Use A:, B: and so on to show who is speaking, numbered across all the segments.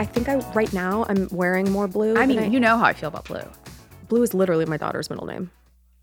A: I think I right now I'm wearing more blue.
B: I
A: than
B: mean, you know how I feel about blue.
A: blue is literally my daughter's middle name.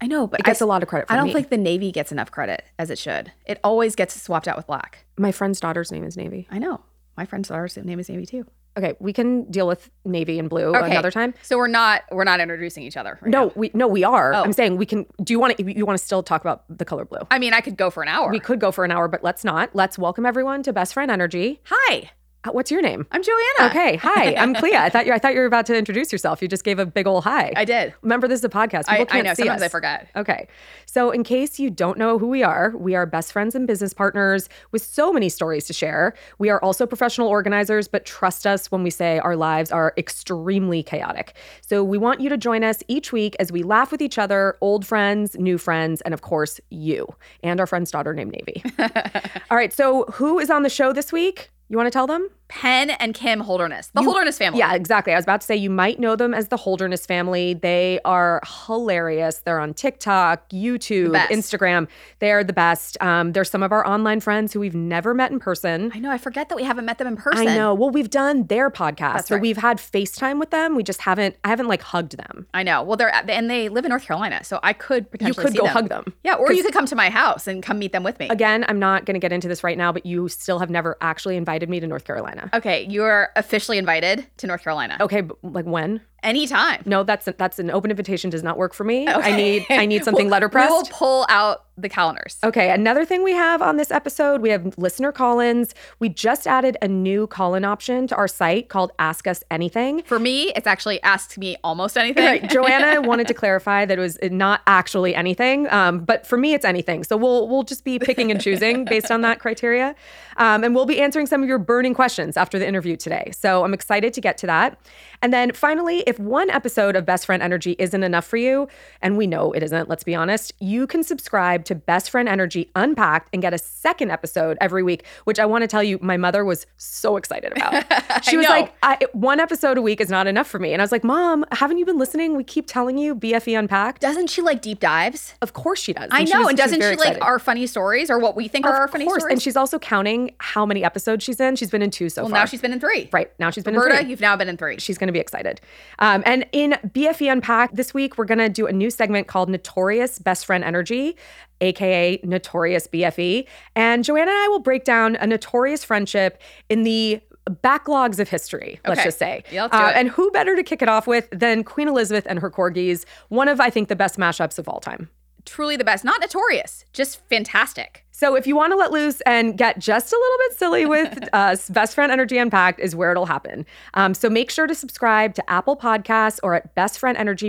B: I know, but
A: It gets
B: I,
A: a lot of credit.
B: I
A: from
B: don't
A: me.
B: think the navy gets enough credit as it should. It always gets swapped out with black.
A: my friend's daughter's name is Navy.
B: I know. My friend's daughter's name is Navy too.
A: Okay, we can deal with Navy and blue
B: Okay.
A: another time.
B: So we're not we're not introducing each other. right
A: No,
B: now.
A: we no we are.
B: Oh.
A: I'm saying we can. Do you want to? You want to still talk about the color blue?
B: I mean I could go for an hour.
A: We could go for an hour, but let's not. Let's welcome everyone to Best Friend Energy.
B: Hi,
A: Uh, What's your name?
B: I'm Joanna.
A: Okay, hi. I'm Clea. I thought you. I thought you were about to introduce yourself. You just gave a big old hi.
B: I did.
A: Remember, this is a podcast. People
B: I,
A: can't
B: I know.
A: see
B: Sometimes
A: us.
B: I forget.
A: Okay. So, in case you don't know who we are, we are best friends and business partners with so many stories to share. We are also professional organizers, but trust us when we say our lives are extremely chaotic. So, we want you to join us each week as we laugh with each other, old friends, new friends, and of course, you and our friend's daughter named Navy. All right. So, who is on the show this week? You want to tell them?
B: Penn and Kim Holderness, the
A: You-
B: Holderness family.
A: Yeah, exactly. I was about to say you might know them as the Holderness family. They are hilarious. They're on TikTok,
B: The
A: YouTube,
B: best.
A: Instagram. They are the best. Um, they're some of our online friends who we've never met in person.
B: I know. I forget that we haven't met them in person.
A: I know. Well, we've done their podcast,
B: That's
A: so
B: right.
A: we've had FaceTime with them. We just haven't. I haven't like hugged them.
B: I know. Well, they're at- and they live in North Carolina, so I could
A: You
B: potentially
A: could
B: see
A: go
B: them.
A: hug them.
B: Yeah, or you
A: 'Cause-
B: could come to my house and come meet them with me.
A: Again, I'm not going to get into this right now, but you still have never actually invited me to North Carolina.
B: Okay, you are officially invited to North Carolina
A: Okay, but like when?
B: anytime.
A: No, that's that's an open invitation. Does not work for me. I
B: Okay.
A: need I need something
B: We'll-
A: letterpressed.
B: We will pull out the calendars.
A: Okay, another thing we have on this episode, we have listener call-ins. We just added a new call-in option to our site called Ask Us Anything.
B: For me, it's actually asked me almost anything.
A: Right, Joanna wanted to clarify that it was not actually anything, um, but for me, it's anything. So we'll we'll just be picking and choosing based on that criteria, um, and we'll be answering some of your burning questions after the interview today. So I'm excited to get to that. And then finally, if one episode of Best Friend Energy isn't enough for you, and we know it isn't, let's be honest, you can subscribe to Best Friend Energy Unpacked and get a second episode every week, which I want to tell you, my mother was so excited about. She
B: I
A: was
B: know.
A: like, I, one episode a week is not enough for me. And I was like, Mom, haven't you been listening? We keep telling you BFE Unpacked.
B: doesn't she like deep dives?
A: Of course she does.
B: I
A: And she
B: know.
A: was-
B: and
A: was
B: doesn't she
A: very
B: like
A: excited.
B: our funny stories or what we think are our
A: Of
B: funny
A: course.
B: stories?
A: And she's also counting how many episodes she's in. She's been in two so
B: well,
A: far.
B: now she's been in three.
A: right now she's been in
B: Roberta,
A: three.
B: you've now been in three.
A: She's going to be excited. Um, and in BFE Unpacked this week, we're going to do a new segment called Notorious Best Friend Energy, aka Notorious BFE. And Joanna and I will break down a notorious friendship in the backlogs of history, let's
B: Okay.
A: just say. Uh,
B: Yeah, let's do it.
A: And who better to kick it off with than Queen Elizabeth and her corgis, one of, I think, the best mashups of all time.
B: Truly the best. Not notorious, just fantastic.
A: So if you want to let loose and get just a little bit silly with us, Best Friend Energy Unpacked is where it'll happen. Um, so make sure to subscribe to Apple Podcasts or at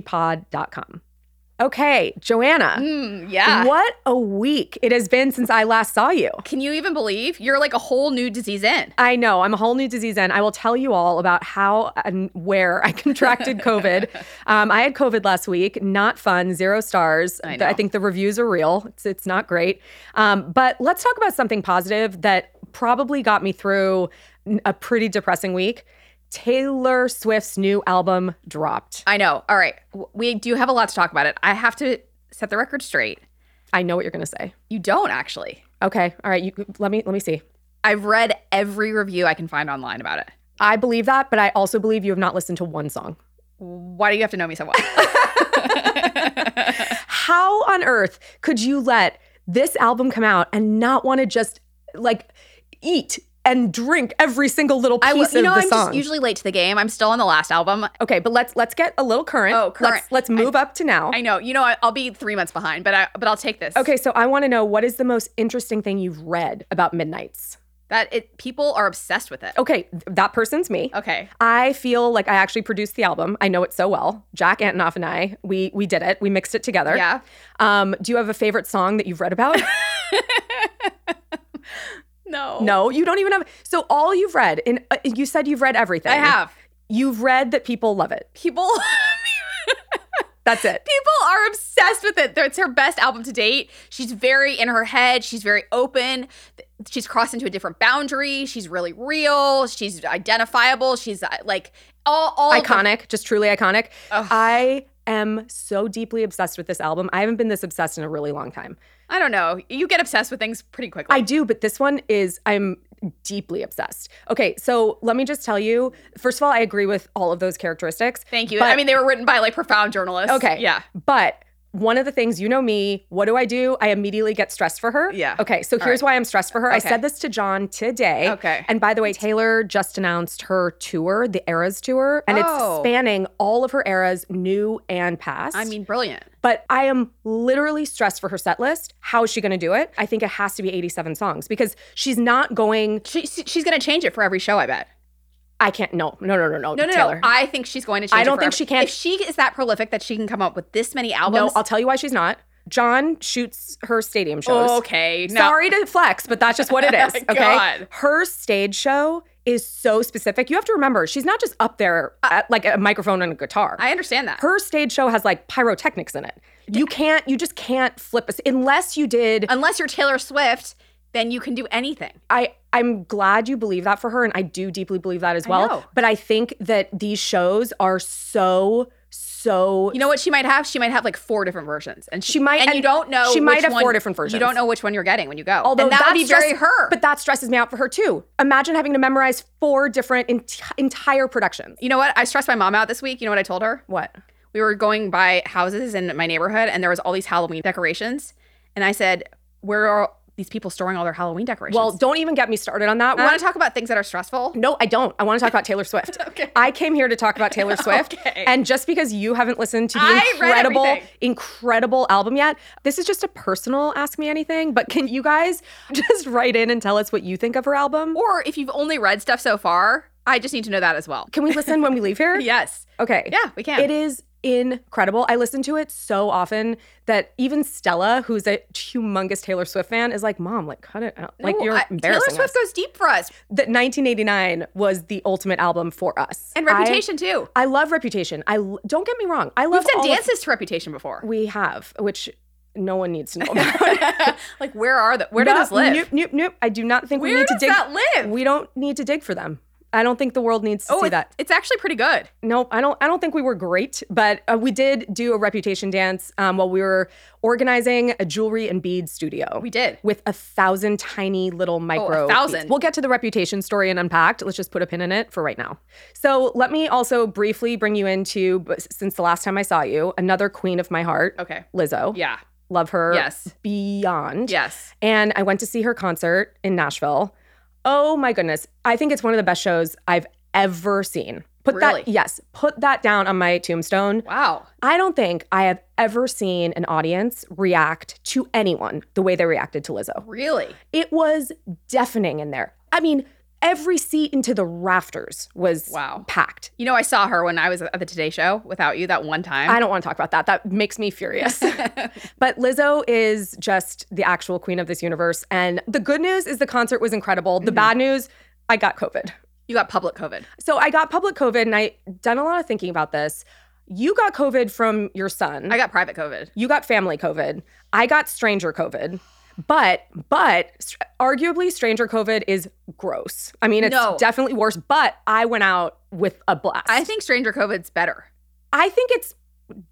A: bestfriendenergypod.com. Okay, Joanna,
B: Mm, yeah.
A: what a week it has been since I last saw you.
B: Can you even believe you're like a whole new disease in?
A: I know I'm a whole new disease, and I will tell you all about how and where I contracted COVID. um, I had COVID last week. Not fun. Zero stars.
B: I
A: Th-
B: know.
A: think the reviews are real. It's it's not great. Um, but let's talk about something positive that probably got me through n- a pretty depressing week. Taylor Swift's new album dropped.
B: I know. All right. W- We do have a lot to talk about it. I have to set the record straight.
A: I know what you're gonna say.
B: You don't actually.
A: Okay, all right. You let me let me see.
B: I've read every review I can find online about it.
A: I believe that, but I also believe you have not listened to one song.
B: Why do you have to know me so well?
A: how on earth could you let this album come out and not want to just like eat and drink every single little piece
B: I will- you
A: of
B: know
A: the
B: I'm
A: song?
B: just usually late to the game. I'm still on the last album.
A: okay, but let's let's get a little current.
B: Oh, current.
A: Let's let's move up to now.
B: I know. You know I, I'll be 3 months behind, but I but I'll take this.
A: okay, so I want to know what is the most interesting thing you've read about Midnight's?
B: That it people are obsessed with it.
A: Okay, th- that person's me.
B: Okay.
A: I feel like I actually produced the album. I know it so well. Jack Antonoff and I, we we did it. We mixed it together.
B: Yeah.
A: Um, do you have a favorite song that you've read about?
B: No.
A: no, you don't even have. So all you've read, and uh, you said you've read everything.
B: I have.
A: You've read that people love it.
B: People
A: That's it.
B: people are obsessed with it. It's her best album to date. She's very in her head. She's very open. She's crossed into a different boundary. She's really real. She's identifiable. She's uh, like all all of the-
A: Iconic, just truly iconic.
B: Ugh.
A: I am so deeply obsessed with this album. I haven't been this obsessed in a really long time.
B: I don't know. You get obsessed with things pretty quickly.
A: I do, but this one is I'm deeply obsessed. Okay, so let me just tell you. First of all, I agree with all of those characteristics.
B: Thank you.
A: But-
B: I mean, they were written by like profound journalists.
A: Okay.
B: Yeah.
A: But one of the things, you know me, what do I do? I immediately get stressed for her.
B: Yeah.
A: Okay, so
B: All
A: here's why I'm stressed for her. I
B: Okay.
A: said this to John today.
B: Okay.
A: And by the way, Taylor just announced her tour, the Eras tour, and
B: Oh.
A: it's spanning all of her eras, new and past.
B: I mean, brilliant.
A: but I am literally stressed for her set list. How is she going to do it? I think it has to be 87 songs because she's not going.
B: She, she's going to change it for every show, I bet.
A: I can't. No, no, no, no, no.
B: No, no,
A: Taylor.
B: no. I think she's going to change
A: I
B: it
A: don't
B: for
A: think
B: every-
A: she can.
B: If she is that prolific that she can come up with this many
A: no,
B: albums.
A: I'll tell you why she's not. John shoots her stadium shows.
B: Oh, okay. No.
A: Sorry to flex, but that's just what it is. Okay.
B: God.
A: Her stage show is so specific. You have to remember, she's not just up there at like a microphone and a guitar.
B: I understand that.
A: her stage show has like pyrotechnics in it. You can't, you just can't flip us unless you did.
B: Unless you're Taylor Swift, then you can do anything.
A: I, I'm glad you believe that for her, and I do deeply believe that as
B: I
A: well.
B: know.
A: But I think that these shows are so, so
B: You know what she might have? She might have like four different versions, and
A: She might-
B: And,
A: and
B: you don't know.
A: she might
B: which
A: have
B: one-
A: four different
B: You
A: versions.
B: don't know which one you're getting when you go.
A: Although
B: and that
A: that's
B: would be very
A: just-
B: her.
A: But that stresses me out for her too. Imagine having to memorize four different ent- entire productions.
B: you know what? I stressed my mom out this week. You know what I told her?
A: What?
B: We were going by houses in my neighborhood, and there was all these Halloween decorations, and I said, "Where are these people storing all their Halloween decorations?"
A: Well, don't even get me started on that
B: I
A: one.
B: want to talk about things that are stressful.
A: No, I don't. I want to talk about Taylor Swift.
B: Okay.
A: I came here to talk about Taylor Swift.
B: Okay.
A: And just because you haven't listened to the
B: I read
A: incredible,
B: everything.
A: incredible album yet, this is just a personal ask me anything. But can you guys just write in and tell us what you think of her album?
B: Or if you've only read stuff so far, I just need to know that as well.
A: Can we listen when we leave here?
B: Yes.
A: Okay.
B: Yeah, we can.
A: It is incredible. I listen to it so often that even Stella, who's a humongous Taylor Swift fan, is like, "Mom, like cut it out. Like
B: No,
A: you're
B: I- Taylor
A: embarrassing
B: Swift
A: us."
B: goes deep for us,
A: That 1989 was the ultimate album for us.
B: and
A: I-
B: Reputation too.
A: I love Reputation. I l- don't get me wrong. I
B: We've
A: love
B: done
A: all of-
B: dances to Reputation before.
A: we have, which no one needs to know about.
B: like where are the where do
A: No,
B: those live?
A: Nope, nope, nope. I do not think
B: where
A: we need to
B: does
A: dig.
B: that live?
A: We don't need to dig for them. I don't think the world needs to
B: oh,
A: see
B: it's,
A: that.
B: it's actually pretty good.
A: Nope, I don't. I don't think we were great, but uh, we did do a reputation dance um, while we were organizing a jewelry and bead studio.
B: We did.
A: with a thousand tiny little micro.
B: Oh, thousand.
A: beads. We'll get to the reputation story and unpacked. Let's just put a pin in it for right now. So let me also briefly bring you into b- since the last time I saw you, another queen of my heart,
B: Okay.
A: Lizzo.
B: Yeah.
A: Love her
B: Yes.
A: beyond.
B: Yes.
A: And I went to see her concert in Nashville. Oh my goodness. I think it's one of the best shows I've ever seen. Put
B: Really?
A: that yes, put that down on my tombstone.
B: Wow.
A: I don't think I have ever seen an audience react to anyone the way they reacted to Lizzo.
B: Really?
A: It was deafening in there. I mean, every seat into the rafters was
B: Wow.
A: packed.
B: You know, I saw her when I was at the Today Show without you that one time.
A: I don't want to talk about that. That makes me furious. but Lizzo is just the actual queen of this universe. And the good news is the concert was incredible. The
B: Mhm.
A: bad news, I got COVID.
B: you got public COVID.
A: So I got public COVID and I done a lot of thinking about this. You got COVID from your son.
B: I got private COVID.
A: you got family COVID. I got stranger COVID. But but str- arguably stranger COVID is gross. I mean, it's
B: No.
A: definitely worse, but I went out with a blast.
B: I think stranger COVID's better.
A: I think it's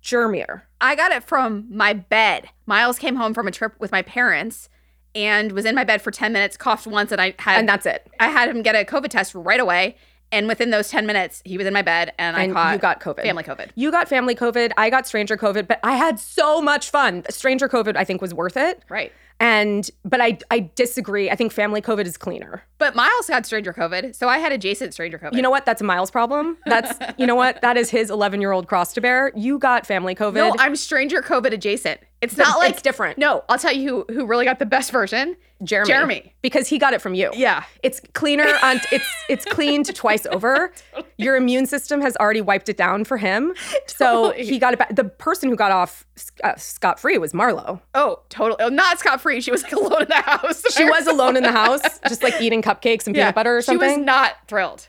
A: germier.
B: I got it from my bed. Miles came home from a trip with my parents and was in my bed for 10 minutes, coughed once, and I had
A: and that's it.
B: I had him get a COVID test right away. And within those 10 minutes, he was in my bed and,
A: And
B: I caught
A: you got COVID.
B: family COVID.
A: You got family COVID. I got stranger COVID, but I had so much fun. Stranger COVID, I think, was worth it.
B: Right.
A: And but I I disagree. I think family COVID is cleaner.
B: But Miles got stranger COVID, so I had adjacent stranger COVID.
A: You know what? That's a Miles problem. That's you know what? That is his 11 year old cross to bear. You got family COVID.
B: no, I'm stranger COVID adjacent. It's
A: But
B: not like
A: it's different.
B: No, I'll tell you who who really got the best version.
A: Jeremy.
B: Jeremy.
A: Because he got it from you.
B: Yeah.
A: It's cleaner on it's it's cleaned twice over. Your immune system has already wiped it down for him. So
B: Totally.
A: he got it back. The person who got off uh, scot free was Marlo.
B: Oh, totally. Oh, not scot free. She was like alone in the house.
A: She was alone in the house, just like eating cupcakes and
B: Yeah.
A: peanut butter or
B: She was
A: something.
B: not thrilled.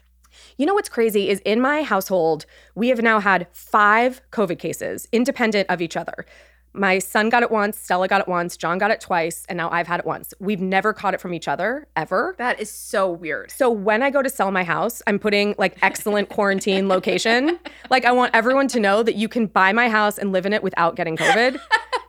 A: You know what's crazy is in my household, we have now had five COVID cases independent of each other. My son got it once, Stella got it once, John got it twice, and now I've had it once. We've never caught it from each other, ever.
B: That is so weird.
A: So when I go to sell my house, I'm putting like excellent quarantine location. Like I want everyone to know that you can buy my house and live in it without getting COVID.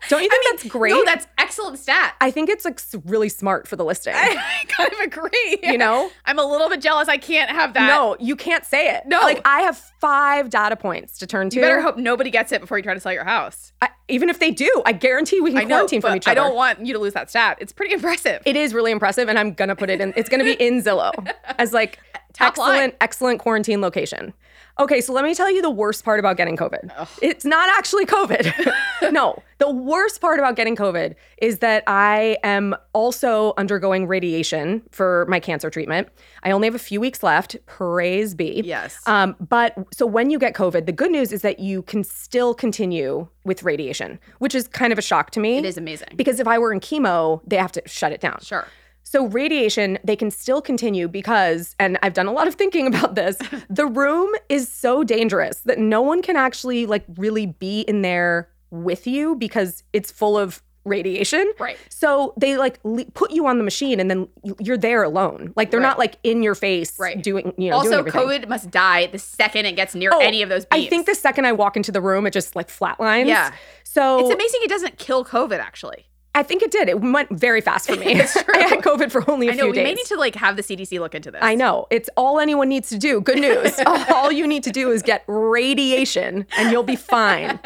A: Don't you think that's great?
B: No, that's excellent stat.
A: I think it's like s- really smart for the listing.
B: I, kind of agree.
A: you know?
B: I'm a little bit jealous. I can't have that.
A: No, you can't say it.
B: No.
A: Like I have five data points to turn to.
B: you better hope nobody gets it before you try to sell your house.
A: I, even if they do, I guarantee we can
B: I know,
A: quarantine from
B: but
A: each other.
B: I don't want you to lose that stat. It's pretty impressive.
A: it is really impressive, and I'm gonna put it in. It's gonna be in Zillow as like
B: Top line.
A: excellent, excellent quarantine location. Okay, so let me tell you the worst part about getting COVID. It's not actually COVID. no, the worst part about getting COVID is that I am also undergoing radiation for my cancer treatment. I only have a few weeks left. Praise be.
B: Yes.
A: Um, but so when you get COVID, the good news is that you can still continue with radiation, which is kind of a shock to me.
B: it is amazing.
A: Because if I were in chemo, they have to shut it down.
B: Sure.
A: So radiation, they can still continue because, and I've done a lot of thinking about this, the room is so dangerous that no one can actually like really be in there with you because it's full of radiation.
B: Right.
A: So they like le- put you on the machine and then you- you're there alone. Like they're
B: Right.
A: not like in your face
B: Right.
A: doing, you know, doing
B: Also,
A: everything.
B: COVID must die the second it gets near
A: Oh,
B: any of those beams.
A: I think the second I walk into the room, it just like flatlines.
B: Yeah.
A: So
B: it's amazing it doesn't kill COVID. Actually,
A: I think it did. It went very fast for me.
B: It's true.
A: I had COVID for only a
B: I know
A: few
B: we
A: days.
B: may need to like have the CDC look into this.
A: I know. It's all anyone needs to do. Good news.
B: Oh.
A: all you need to do is get radiation and you'll be fine.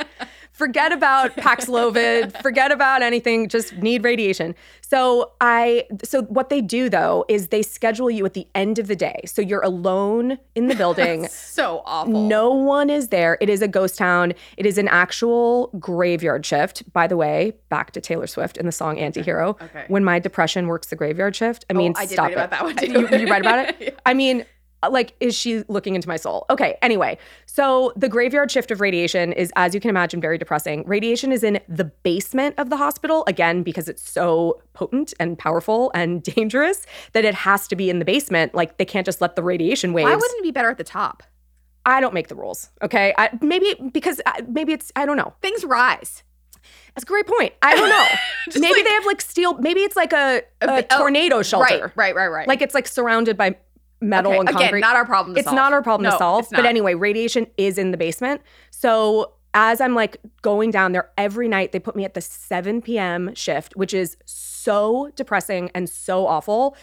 A: Forget about Paxlovid, forget about anything, just need radiation. So I so what they do though is they schedule you at the end of the day. So you're alone in the building.
B: So awful.
A: No one is there. It is a ghost town. It is an actual graveyard shift. By the way, back to Taylor Swift and the song Antihero.
B: Okay. Oh,
A: When my depression works the graveyard shift, I mean,
B: I did
A: stop
B: read
A: it.
B: about that one too.
A: You, you read about it? I mean, like, is she looking into my soul? Okay, anyway. So, the graveyard shift of radiation is, as you can imagine, very depressing. Radiation is in the basement of the hospital, again, because it's so potent and powerful and dangerous that it has to be in the basement. Like, they can't just let the radiation waves.
B: Why wouldn't it be better at the top?
A: I don't make the rules, okay? I, maybe because I, maybe it's, I don't know.
B: Things rise.
A: That's a great point. I don't know.
B: Just
A: maybe
B: like-
A: they have like steel, maybe it's like a,
B: A
A: a
B: bi- oh,
A: tornado shelter.
B: Right, right, right, right.
A: Like, it's like surrounded by metal
B: Okay,
A: and concrete.
B: Again, not our problem. To
A: it's
B: solve.
A: not our problem
B: No,
A: to solve.
B: it's
A: But
B: not.
A: anyway, radiation is in the basement. So as I'm like going down there every night, they put me at the 7 p.m. shift, which is so depressing and so awful.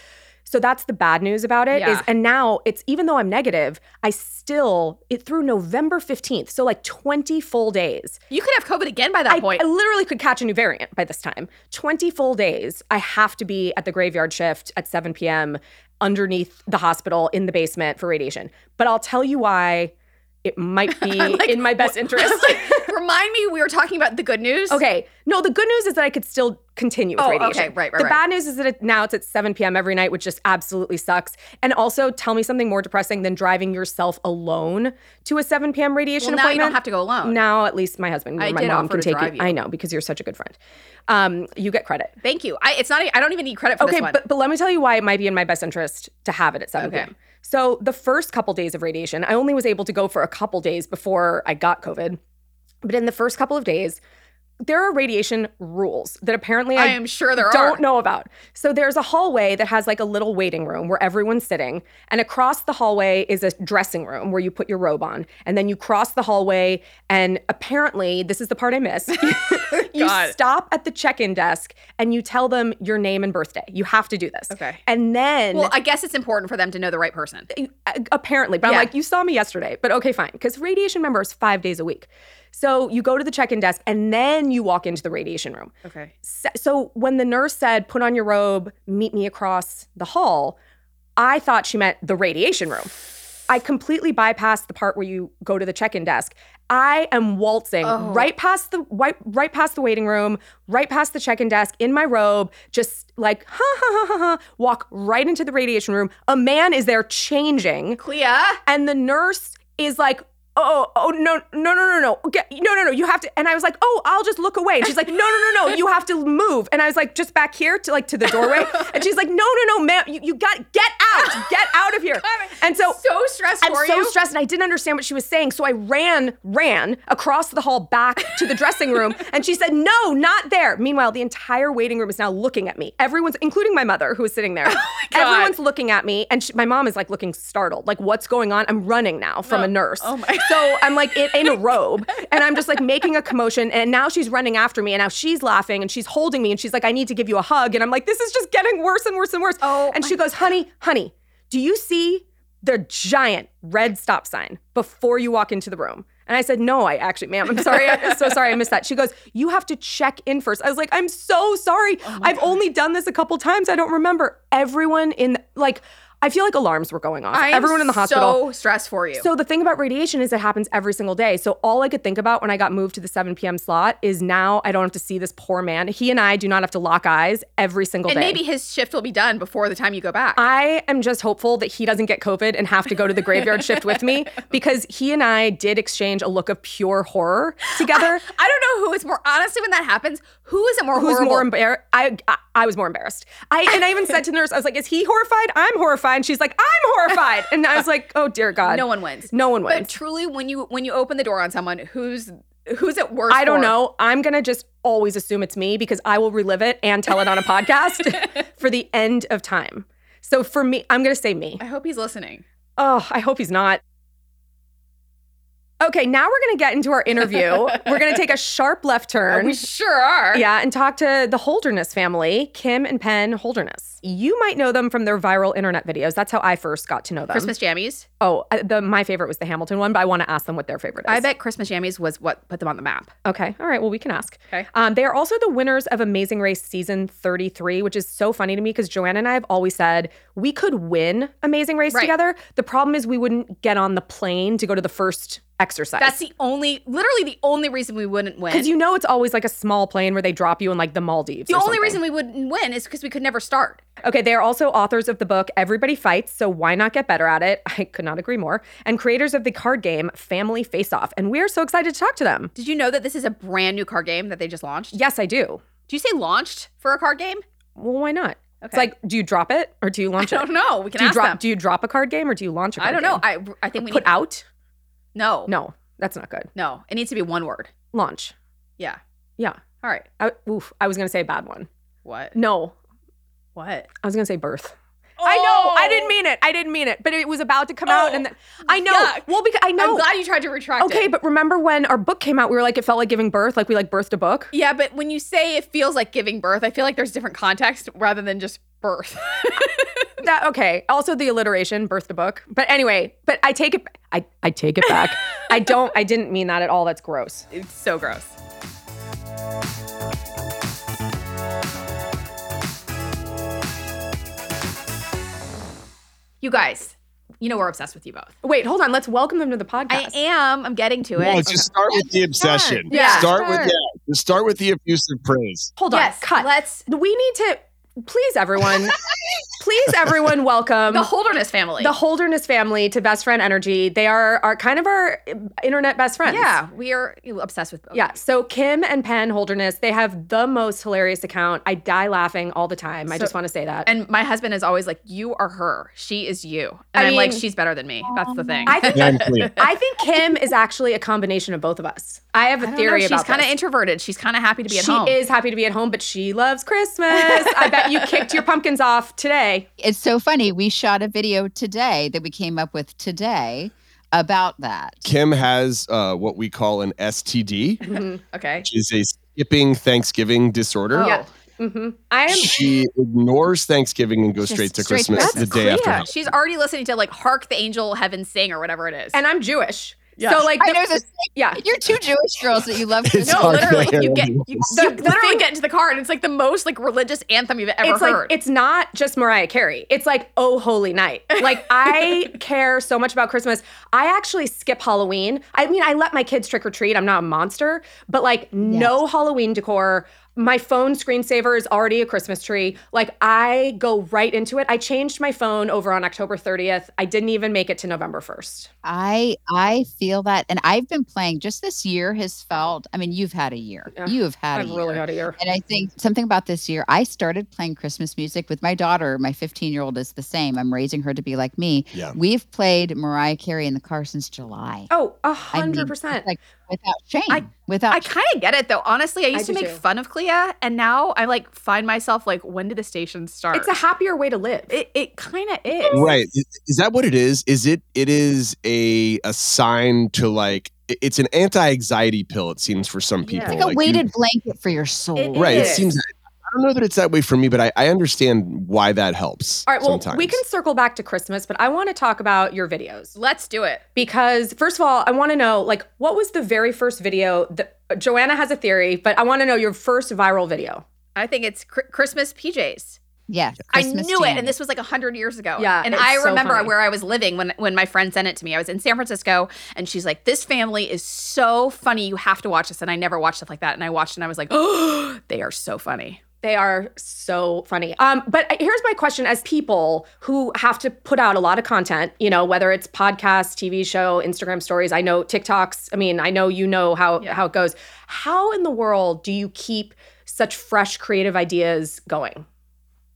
A: So that's the bad news about it. Is
B: Yeah.
A: and now it's even though I'm negative, I still it through November 15th, so like 20 full days.
B: You could have COVID again by that
A: I,
B: point.
A: I literally could catch a new variant by this time. 20 full days, I have to be at the graveyard shift at 7 p.m. underneath the hospital in the basement for radiation. But I'll tell you why it might be
B: like,
A: in my best interest.
B: Like, Remind me, we were talking about the good news.
A: okay. No, the good news is that I could still continue with
B: Oh,
A: radiation.
B: okay, right, right,
A: The
B: right.
A: bad news is that it, now it's at 7 p.m. every night, which just absolutely sucks. And also, tell me something more depressing than driving yourself alone to a 7 p.m. radiation
B: Well, now you
A: appointment.
B: don't have to go alone.
A: Now at least my husband or
B: I
A: my
B: did
A: mom
B: offer
A: can
B: to
A: take
B: drive
A: you.
B: you.
A: I know because you're such a good friend. Um, you get credit.
B: Thank you. I, it's not. e, I don't even need credit for
A: Okay,
B: this one.
A: but but let me tell you why it might be in my best interest to have it at 7
B: Okay.
A: p.m. So the first couple days of radiation, I only was able to go for a couple days before I got COVID. But in the first couple of days, there are radiation rules that apparently
B: I
A: I,
B: am sure there are.
A: don't know about. So there's a hallway that has like a little waiting room where everyone's sitting, and across the hallway is a dressing room where you put your robe on, and then you cross the hallway, and apparently this is the part I missed. you
B: God.
A: stop at the check-in desk and you tell them your name and birthday. You have to do this,
B: Okay.
A: and then.
B: Well, I guess it's important for them to know the right person.
A: A- apparently, but
B: Yeah.
A: I'm like, you saw me yesterday, but okay, fine. Because radiation member is five days a week. So you go to the check in desk and then you walk into the radiation room.
B: Okay.
A: Se- so when the nurse said, "Put on your robe, meet me across the hall," I thought she meant the radiation room. I completely bypassed the part where you go to the check-in desk. I am waltzing
B: Oh.
A: right past the right, right past the waiting room, right past the check-in desk in my robe, just like ha ha ha ha ha, walk right into the radiation room. A man is there changing,
B: Clea.
A: and the nurse is like. Oh, oh no, no, no, no, no. Get, no, no, no. You have to and I was like, "Oh, I'll just look away." And she's like, "No, no, no, no. You have to move." And I was like, "Just back here to like to the doorway." And she's like, "No, no, no, ma'am. You, you got get out. Get out of here." And so
B: So stressful.
A: Oh, I'm
B: for
A: so
B: you?
A: stressed and I didn't understand what she was saying. So I ran, ran across the hall back to the dressing room. And she said, No, not there. Meanwhile, the entire waiting room is now looking at me. Everyone's, including my mother who is sitting there,
B: Oh God.
A: everyone's looking at me. And she, my mom is like looking startled, like, What's going on? I'm running now from a nurse.
B: Oh my-
A: So I'm like in, in a robe and I'm just like making a commotion. And now she's running after me. And now she's laughing and she's holding me. And she's like, I need to give you a hug. And I'm like, This is just getting worse and worse and worse.
B: Oh
A: and
B: my
A: she goes, Honey, honey, do you see the giant red stop sign before you walk into the room? And I said, No, I actually, ma'am, I'm sorry. I'm so sorry I missed that. She goes, You have to check in first. I was like, I'm so sorry.
B: Oh
A: I've only done this a couple times. I don't remember. Everyone in, the, like, I feel like alarms were going off.
B: I am
A: Everyone in the hospital.
B: So stressed for you.
A: So the thing about radiation is it happens every single day. So all I could think about when I got moved to the 7 p.m. slot is now I don't have to see this poor man. He and I do not have to lock eyes every single
B: and
A: day.
B: maybe his shift will be done before the time you go back.
A: I am just hopeful that he doesn't get COVID and have to go to the graveyard shift with me because he and I did exchange a look of pure horror together.
B: I don't know who is more honestly when that happens. Who is it more
A: Who's
B: horrible?
A: more embarrassed? I, I I was more embarrassed. I and I even said to the nurse, I was like, "Is he horrified? I'm horrified." And she's like, "I'm horrified," and I was like, "Oh dear God,
B: no one wins.
A: no one
B: But
A: wins."
B: truly, when you when you open the door on someone, who's who's at worst?
A: I don't
B: for?
A: know. I'm gonna just always assume it's me because I will relive it and tell it on a podcast for the end of time. So for me, I'm gonna say me.
B: I hope he's listening.
A: Oh, I hope he's not. Okay, now we're going to get into our interview. we're going to take a sharp left turn.
B: We sure are.
A: yeah, and talk to the Holderness family, Kim and Penn Holderness. You might know them from their viral internet videos. That's how I first got to know them.
B: Christmas jammies.
A: Oh, uh, the my favorite was the Hamilton one, but I want to ask them what their favorite is.
B: I bet Christmas jammies was what put them on the map.
A: Okay. All right. Well, we can ask.
B: Okay.
A: Um, they are also the winners of Amazing Race season 33, which is so funny to me because Joanna and I have always said we could win Amazing Race
B: Right.
A: together. The problem is we wouldn't get on the plane to go to the first exercise.
B: That's the only, literally the only reason we wouldn't win.
A: because you know it's always like a small plane where they drop you in like the Maldives.
B: the
A: or
B: only
A: something.
B: reason we wouldn't win is because we could never start.
A: Okay, they are also authors of the book Everybody Fights, so why not get better at it? I could not agree more. And creators of the card game Family Face Off. And we are so excited to talk to them.
B: Did you know that this is a brand new card game that they just launched?
A: Yes, I do.
B: Do you say launched for a card game?
A: Well, why not? It's
B: Okay.
A: like, do you drop it or do you launch
B: I
A: it?
B: don't know. We can
A: do you
B: ask
A: drop
B: them.
A: do you drop a card game or do you launch a card
B: I don't know. I I
A: game?
B: think we need
A: Put out?
B: no
A: No, that's not good.
B: no. It needs to be one word.
A: Launch.
B: Yeah.
A: Yeah.
B: All right.
A: I, oof, I was going to say a bad one.
B: What?
A: No,
B: What?
A: I was going to say birth. I know. I didn't
B: mean.
A: mean it. I didn't mean it. But it was about to come out and
B: Oh,
A: then, I know.
B: yuck.
A: Well, because I
B: I'm
A: know.
B: glad you tried to retract it.
A: Okay, but remember when our book came out, we were like it felt like giving birth, like we like birthed a book.
B: Yeah, but when you say it feels like giving birth, I feel like there's different context rather than just birth.
A: That okay. Also the alliteration, birthed a book. But anyway, but I take it I I take it back. I don't I didn't mean that at all. That's gross.
B: it's so gross. You guys, you know we're obsessed with you both.
A: Wait, hold on. Let's welcome them to the podcast.
B: I am. I'm getting to it.
C: No, just start with the obsession.
B: Yeah.
C: Start with
A: Sure.
C: that. Just start with the abusive praise.
A: Hold on.
B: yes,
A: Cut.
B: Let's
A: we need to please everyone please everyone welcome
B: the Holderness family.
A: the holderness family to best friend energy they are are kind of our internet best friends
B: yeah, we are obsessed with both.
A: yeah so kim and penn holderness they have the most hilarious account i die laughing all the time i
B: So-
A: just want to say that
B: And my husband is always like, "You are her. She is you."
A: I
B: And I am like,
A: mean-
B: "She's better than me." That's the thing.
A: I think-
C: Yeah, I'm clear.
B: uh,
A: i think kim is actually a combination of both of us i have a
B: I don't
A: theory
B: know,
A: about
B: She's kind of
A: this.
B: introverted. She's kind of happy to be at
A: she
B: home.
A: is happy to be at home but she loves christmas i bet you kicked your pumpkins off today
D: it's so funny. We shot a video today that we came up with today about that.
C: Kim has uh, what we call an STD,
A: Mhm,
B: okay.
C: which is a skipping Thanksgiving disorder.
B: Oh,
A: Yeah. mhm. i am
C: She ignores Thanksgiving and goes
D: Just
C: straight to
D: straight to
C: Christmas the
A: Christmas.
C: day
A: That's
C: after.
A: clear.
C: Halloween.
B: She's already listening to like "Hark the Angel Heaven Sing" or whatever it is.
A: and i'm jewish
B: Yeah.
A: so like
D: I
A: the-
D: know this.
A: yeah
D: You're two Jewish girls that you love.
C: It's
D: Christmas.
B: no,
C: hard
B: literally,
C: to
B: you get you,
C: hear.
B: you
A: The- the
B: literally
A: thing-
B: get into the car, and it's like the most like religious anthem you've ever
A: it's
B: heard.
A: like it's not just Mariah Carey. It's like Oh Holy Night. Like I care so much about Christmas. I actually skip Halloween. I mean, I let my kids trick or treat. I'm not a monster, but like no Halloween decor. my phone screensaver is already a Christmas tree. Like I go right into it. I changed my phone over on October 30th. I didn't even make it to November 1st.
D: I I feel that, and I've been playing. Just this year has felt. I mean, you've had a year.
A: Yeah,
D: you have had.
A: I've
D: a
A: really
D: year.
A: had a year.
D: And I think something about this year, I started playing Christmas music with my daughter. My 15 year old is the same. I'm raising her to be like me.
C: Yeah.
D: We've played Mariah Carey in the car since July.
A: Oh, a
D: I mean,
A: hundred
D: it's
A: percent.
D: Like without shame.
B: I-
D: without
B: I kind of get it though. Honestly, I used to
A: do
B: make
A: too.
B: fun of Clea, and now I like find myself like, when did the station start?
A: It's a happier way to live.
B: it it kind of is.
C: right I- is that what it is is it it is a a sign to like i- it's an anti-anxiety pill it seems for some
B: Yeah.
C: people
D: it's like a
C: you-
D: weighted blanket for your soul.
B: It
C: right it
B: is.
C: seems i don't know that it's that way for me but i, I understand why that helps
A: All right, well,
C: sometimes.
A: we can circle back to Christmas, but I want to talk about your videos.
B: Let's do it.
A: because first of all i want to know like what was the very first video that joanna has a theory but i want to know your first viral video
B: I think it's cr- Christmas PJs.
D: Yeah.
B: I
D: Christmas
B: knew it,
D: jam.
B: and this was like hundred years ago.
A: Yeah,
B: and
A: it's
B: I
A: so
B: remember
A: funny.
B: where I was living when when my friend sent it to me. I was in San Francisco, and she's like, "This family is so funny. You have to watch this." And I never watched stuff like that. And I watched, it and I was like, "Oh, they are so funny."
A: they are so funny um, but here's my question as people who have to put out a lot of content you know whether it's podcasts tv show instagram stories i know tiktoks i mean i know you know how
B: Yeah.
A: how it goes how in the world do you keep such fresh creative ideas going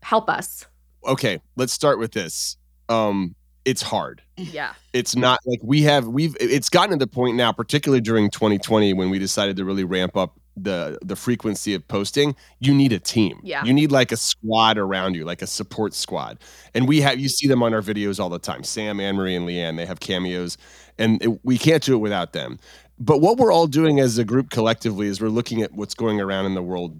A: help us
C: okay let's start with this um it's hard
B: Yeah,
C: it's not like we have we've it's gotten to the point now particularly during 2020 when we decided to really ramp up the the frequency of posting you need a team
B: Yeah.
C: you need like a squad around you like a support squad and we have you see them on our videos all the time sam anne marie and leanne they have cameos and it- we can't do it without them but what we're all doing as a group collectively is we're looking at what's going around in the world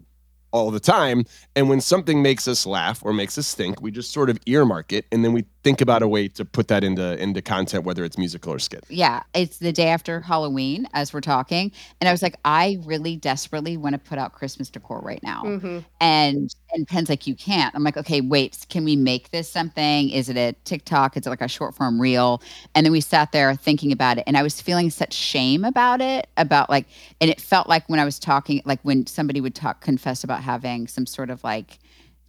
C: all the time and when something makes us laugh or makes us think, we just sort of earmark it and then we think about a way to put that into into content, whether it's musical or skit.
D: yeah, it's the day after Halloween as we're talking. And I was like, I really desperately want to put out Christmas decor right now.
B: Mm. Mm-hmm.
D: And and Penn's like, you can't. I'm like, okay, wait, can we make this something? Is it a TikTok? Is it like a short form reel? And then we sat there thinking about it. And I was feeling such shame about it, about like, and it felt like when I was talking, like when somebody would talk, confess about having some sort of like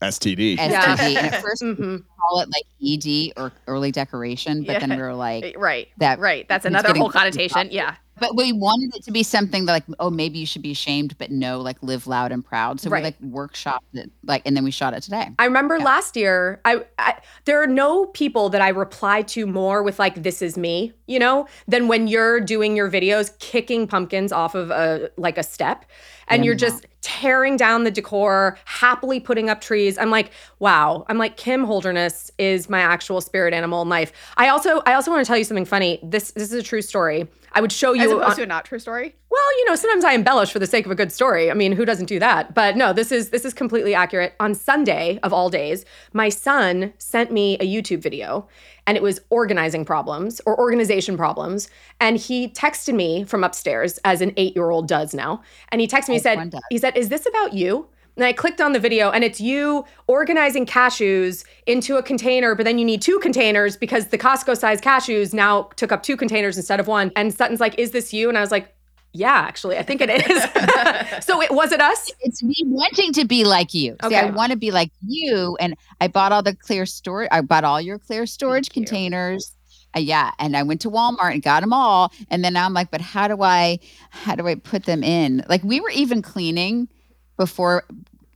C: STD.
D: STD.
A: Yeah.
D: And at first,
A: hmm
D: call it like ED or early decoration. But then
B: Yeah.
D: we were like,
B: right.
D: That-
B: right. That's
D: it's
B: another
D: getting
B: whole connotation. Yeah,
D: But we wanted it to be something that like, oh, maybe you should be ashamed, but no, like live loud and proud. So
A: Right.
D: we like workshopped it, like, and then we shot it today.
A: I remember last year, I, I there are no people that I reply to more with like "This is me," you know, than when you're doing your videos, kicking pumpkins off of a like a step, and
D: Yeah,
A: you're
D: no.
A: just tearing down the decor, happily putting up trees. I'm like, wow. I'm like Kim Holderness is my actual spirit animal in life. I also I also want to tell you something funny. This this is a true story. I would show
B: as
A: you
B: opposed to a not true story.
A: well, you know, sometimes I embellish for the sake of a good story. I mean, who doesn't do that? But no, this is this is completely accurate. On Sunday of all days, my son sent me a YouTube video and it was organizing problems or organization problems, and he texted me from upstairs as an 8-year-old does now. And he texted me and
D: Everyone
A: said,
D: does.
A: he said, "Is this about you?" And I clicked on the video and it's you organizing cashews into a container, but then you need two containers because the Costco sized cashews now took up two containers instead of one. And Sutton's like, Is this you? And I was like, Yeah, actually, I think it is. so it was it us?
D: It's me wanting to be like you. See, I
A: Okay.
D: want to be like you. And I bought all the clear storage. I bought all your clear storage
B: Thank you.
D: containers. Uh, yeah. And I went to Walmart and got them all. And then now I'm like, but how do I, how do I put them in? Like we were even cleaning before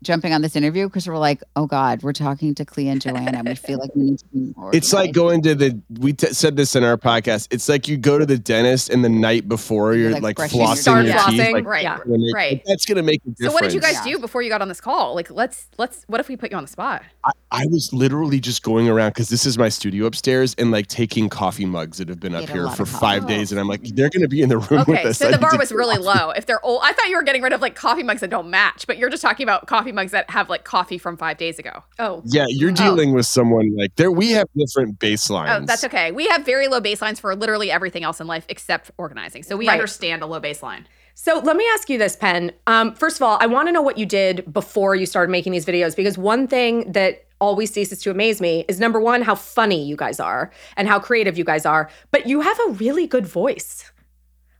D: jumping on this interview because we're like, oh God, we're talking to Clea and Joanna. We feel like we need to be more.
C: It's like going
D: organized."
C: to the we t- said this in our podcast. It's like you go to the dentist and the night before
D: You're,
C: you're,
D: like,
C: like,
D: brushing your
C: flossing
A: You start
C: your
B: teeth.
A: flossing.
C: teeth. Like,
B: Right.
A: Yeah.
C: it's gonna make-
B: Right.
C: That's gonna make a difference.
B: So what did you guys
D: Yeah.
B: do before you got on this call? Like, let's let's. What if we put you on the spot?
C: I, I was literally just going around because this is my studio upstairs and like taking coffee mugs that have been
D: You
C: up
D: had a
C: here
D: lot
C: for
D: of
C: five
D: coffee.
C: days, and I'm like, they're gonna be in the room with
B: Okay,
C: us.
B: so
C: I
B: the
C: need
B: bar
C: to
B: was
C: get
B: really
C: off.
B: low. If they're old, I thought you were getting rid of like coffee mugs that don't match, but you're just talking about coffee mugs that have like coffee from five days ago.
A: Oh.
C: Yeah, you're dealing with someone like there. We have different baselines.
B: Oh, that's okay. We have very low baselines for literally everything else in life except organizing. So we
A: Right.
B: understand a low baseline.
A: So let me ask you this, Pen. Um, first of all, I want to know what you did before you started making these videos because one thing that always ceases to amaze me is number one, how funny you guys are and how creative you guys are. But you have a really good voice.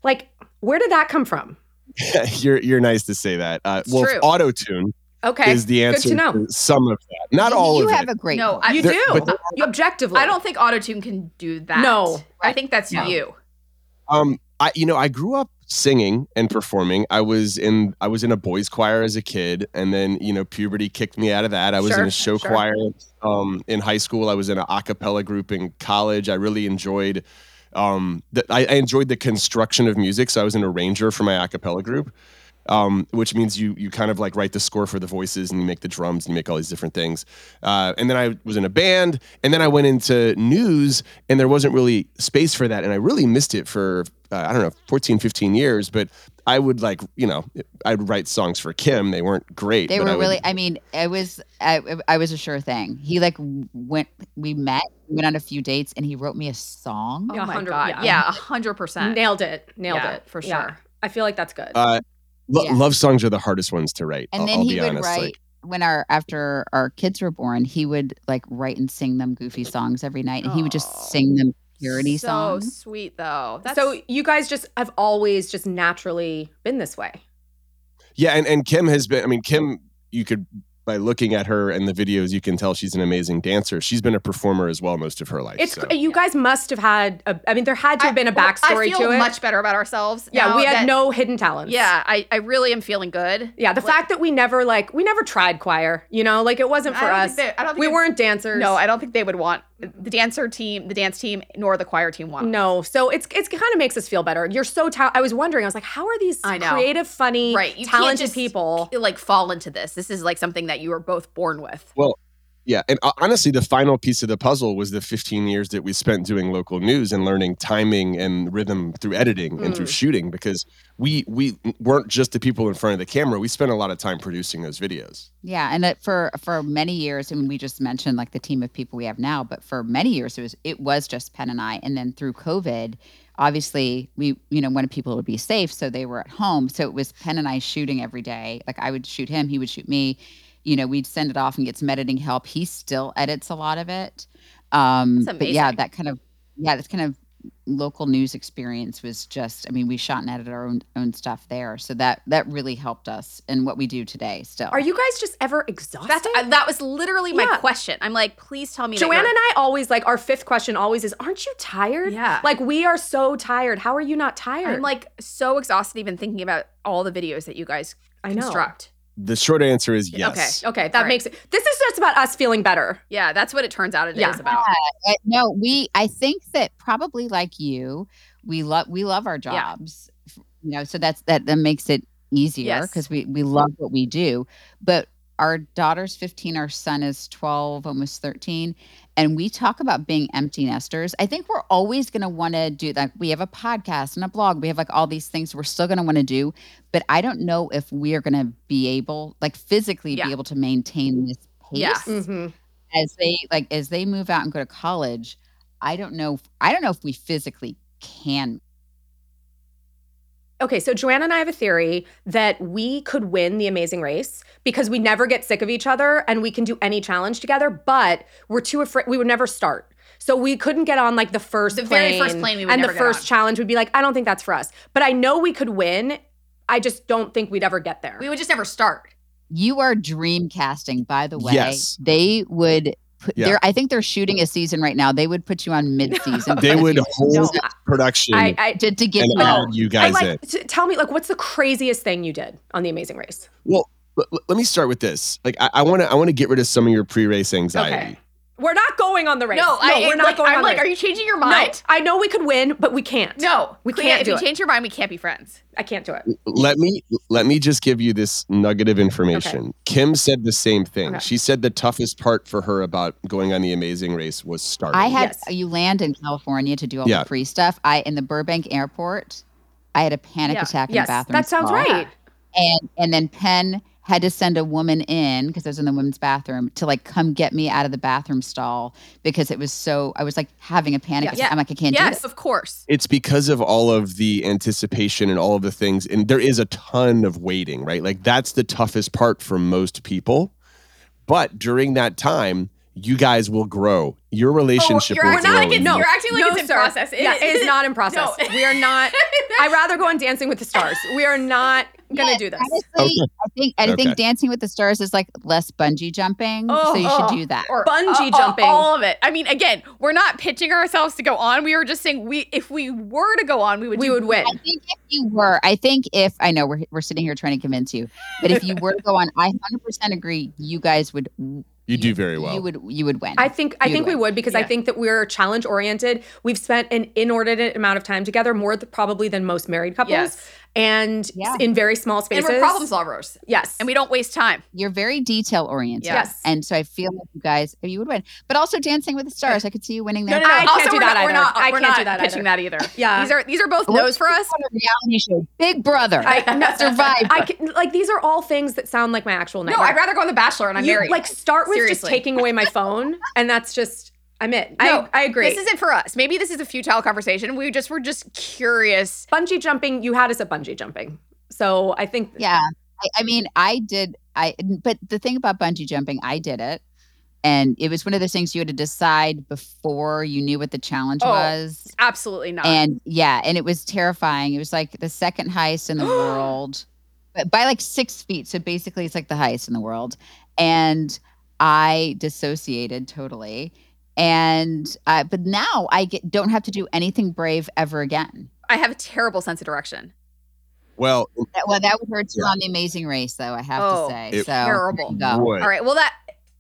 A: Like, where did that come from?
C: you're you're nice to say that. Uh,
B: It's
C: well,
B: true.
C: auto tune
A: Okay.
C: is the answer
A: to know.
C: some of that. Not all
D: you
C: of
D: have
C: it.
D: a great
B: No,
D: voice.
B: I-
A: you
C: There-
A: do.
C: but there
A: you objectively.
B: I don't think autotune can do that.
A: No. Oh
B: I think that's
D: No.
B: you.
C: Um, I you know I grew up singing and performing. I was in I was in a boys choir as a kid, and then you know puberty kicked me out of that. I was in
B: Sure,
C: a show
B: sure.
C: choir um, in high school. I was in an a cappella group in college. I really enjoyed um, the, I, I enjoyed the construction of music. So I was an arranger for my a cappella group. Um, which means you you kind of like write the score for the voices and you make the drums and you make all these different things. Uh, and then I was in a band, and then I went into news, and there wasn't really space for that, and I really missed it for uh, I don't know 14, 15 years. But I would like you know I'd write songs for Kim. They weren't great.
D: They
C: but
D: were
C: I would-
D: really. I mean, it was. I, I was a sure thing. He like w- went. We met. We went on a few dates, and he wrote me a song.
A: Yeah,
B: oh my
A: 100
B: god.
A: yeah.
B: Yeah, a hundred percent.
A: Nailed it. Nailed
B: Yeah,
A: it for sure.
B: yeah.
A: I feel like that's good.
C: Uh, lo-
D: Yeah.
C: Love songs are the hardest ones to write.
D: And
C: I'll,
D: then
C: I'll
D: he
C: be
D: would
C: honest.
D: write
C: Like,
D: when our after our kids were born. He would like write and sing them goofy songs every night, and he would
B: Oh,
D: just sing them parody
B: so
D: songs.
B: sweet though. That's,
A: so you guys just have always just naturally been this way.
C: yeah, and and Kim has been. I mean, Kim, you could. By looking at her and the videos, you can tell she's an amazing dancer. She's been a performer as well most of her life.
A: It's
C: so.
A: you guys must have had. A, I mean, there had to have been a
B: well,
A: backstory
B: I feel
A: to it.
B: Much better about ourselves.
A: yeah,
B: now
A: we had
B: that-
A: no hidden talents.
B: Yeah, I, I really am feeling good.
A: yeah. The
B: Like-
A: fact that we never like we never tried choir. You know, like it wasn't
B: I
A: for
B: don't
A: us.
B: think they- I don't think
A: we
B: it's-
A: weren't dancers.
B: No, I don't think they would want the dancer team, the dance team, nor the choir team want.
A: No, so it's it's kind of makes us feel better. You're so ta- I was wondering. I was like, how are these
B: I know.
A: creative, funny,
B: Right, you can't
A: talented
B: just-
A: people?
B: Like fall into this. This is like something that you were both born with.
C: Yeah, and uh, honestly, the final piece of the puzzle was the 15 years that we spent doing local news and learning timing and rhythm through editing and
A: Mm.
C: through shooting because we we weren't just the people in front of the camera. We spent a lot of time producing those videos.
D: Yeah, and it, for for many years, I mean, we just mentioned like the team of people we have now, but for many years it was it was just Penn and I, and then through COVID, obviously we you know wanted people to be safe, so they were at home, so it was Penn and I shooting every day. Like I would shoot him, he would shoot me. You know, we'd send it off and get some editing help. He still edits a lot of it, um,
B: That's
D: but yeah,
B: amazing.
D: that kind of yeah, that kind of local news experience was just i mean we shot and edited our own own stuff there so that that really helped us in what we do today still
A: Are you guys just ever exhausted?
B: That's I, that was literally my
A: Yeah.
B: question. I'm like, please tell me. that
A: Joanna
B: you're-
A: and I always like our fifth question always is, aren't you tired?
B: Yeah.
A: Like we are so tired. How are you not tired?
B: I'm like so exhausted even thinking about all the videos that you guys
A: I know.
B: construct.
C: The short answer is yes.
A: Okay, Oh, that
B: Right.
A: makes it. This is just about us feeling better.
B: Yeah, that's what it turns out it is
A: Yeah.
B: about.
D: Uh, no we i think that probably like you we love we love our jobs you know so that's that that makes it easier
B: Yes.
D: because we we love what we do but our daughter's 15 our son is 12 almost 13 and we talk about being empty nesters i think we're always going to want to do like we have a podcast and a blog we have like all these things we're still going to want to do but i don't know if we are going to be able like physically
B: Yeah.
D: be able to maintain this pace
B: Yeah.
A: Mm-hmm.
D: as they like as they move out and go to college i don't know if- i don't know if we physically can
A: Okay, so Joanna and I have a theory that we could win the amazing race because we never get sick of each other and we can do any challenge together, but we're too afraid we would never start. So we couldn't get on like the first
B: The
A: plane.
B: very first plane we would
A: and
B: never
A: the
B: get
A: first
B: on.
A: challenge would be like, I don't think that's for us. But I know we could win. I just don't think we'd ever get there.
B: We would just never start.
D: you are dream casting by the way
C: Yes.
D: they would put
C: Yeah.
D: they're i think they're shooting a season right now they would put you on mid-season
C: They
D: for the
C: would
D: future
C: hold
A: no,
C: production
A: I, I,
D: to, to get
C: and
D: you out.
C: add you
A: I
C: guys in.
A: like. T- tell me, like, what's the craziest thing you did on the Amazing Race?
C: Well, l- l- let me start with this. Like, I want to I want to get rid of some of your pre-race anxiety.
A: Okay. We're not going on the race.
B: No, I,
A: we're not
B: like,
A: going
B: I'm
A: on
B: like,
A: the
B: are
A: race.
B: you changing your
A: No,
B: mind?
A: I know we could win, but we can't.
B: No,
A: We
B: Clea,
A: can't
B: If
A: do
B: you
A: it.
B: change your mind, we can't be friends.
A: I can't do it.
C: let me let me just give you this nugget of information. Kim said the same thing.
A: Okay.
C: She said the toughest part for her about going on the Amazing Race was starting.
D: i had
A: Yes.
D: you land in california to do all
C: Yeah.
D: the free stuff i in the burbank airport i had a panic
B: Yeah.
D: attack in
A: Yes,
D: the bathroom
A: that sounds
D: stall.
A: right.
D: and and then Penn had to send a woman in because I was in the women's bathroom to like come get me out of the bathroom stall because it was so I was like having a panic.
B: Yeah.
D: attack. I'm like I can't do
B: yes,
D: this.
B: of course.
C: it's because of all of the anticipation and all of the things and there is a ton of waiting, right? Like that's the toughest part for most people. But during that time, you guys will grow. Your relationship
B: Oh,
E: you're
C: will
E: acting
C: grow.
E: like it's,
C: in-
A: No.
E: you're acting like
A: No,
E: it's in
A: sir.
E: process.
A: yeah, it is not in process.
E: No.
A: We are not. I'd rather go on Dancing with the Stars. We are not going to do
D: Yeah,
A: this.
D: Honestly,
C: Okay.
D: I think I
C: Okay.
D: think Dancing with the Stars is like less bungee jumping,
A: Oh,
D: so you
E: oh,
D: should do that.
E: Or
A: Bungee
E: all- all-
A: jumping.
E: all of it. I mean, again, we're not pitching ourselves to go on. We were just saying we, if we were to go on, we would.
A: We
E: do
A: would win.
D: I think if you were, I think if I know we're we're sitting here trying to convince you, but if you were to go on, I hundred percent agree. You guys would
C: you do very well.
D: You would you would win.
A: I think I
D: You'd
A: think we
D: win.
A: would because I
E: Yeah.
A: think that we're challenge oriented. We've spent an inordinate amount of time together, more th- probably than most married couples,
E: Yes.
A: and
D: Yeah.
A: in very small spaces.
B: And we're problem solvers.
A: Yes,
E: And we don't waste time.
D: You're very detail oriented.
A: Yes.
D: And so I feel like you guys you would win. But also Dancing with the Stars, I could see you winning
A: No,
D: there.
A: no, no. I can't
E: also,
A: do
E: we're
A: that
E: not, We're
A: either.
E: not,
A: I
E: we're
A: can't
E: not
A: do that Uh,
E: pitching that either.
A: yeah.
E: These are these are both no's for us.
D: On a reality show, Big Brother.
A: I- no,
D: Survivor.
A: I can, like these are all things that sound like my actual
B: No,
A: nightmare.
B: I'd rather go on The Bachelor and I'm
A: You,
B: married.
A: Like start with just
B: Seriously.
A: taking away my phone, and that's just I'm it.
B: No,
A: I, I agree.
B: This isn't for us. Maybe this is a futile conversation. We just were just curious.
A: bungee jumping. You had us at bungee jumping, so I think
D: yeah. I, I mean, I did I but the thing about bungee jumping, I did it. And it was one of those things you had to decide before you knew what the challenge
E: Oh,
D: was.
E: Absolutely not.
D: And yeah, and it was terrifying. It was like the second heist in the world, but by like six feet. So basically, it's like the heist in the world. And I dissociated totally. And uh, but now I get, don't have to do anything brave ever again.
B: I have a terrible sense of direction.
C: well,
D: That- well, that would hurt too
C: Yeah.
D: on the Amazing Race, though. I have
B: Oh,
D: to say,
C: it
D: so
B: terrible.
D: there you go.
C: would.
B: All right. Well, that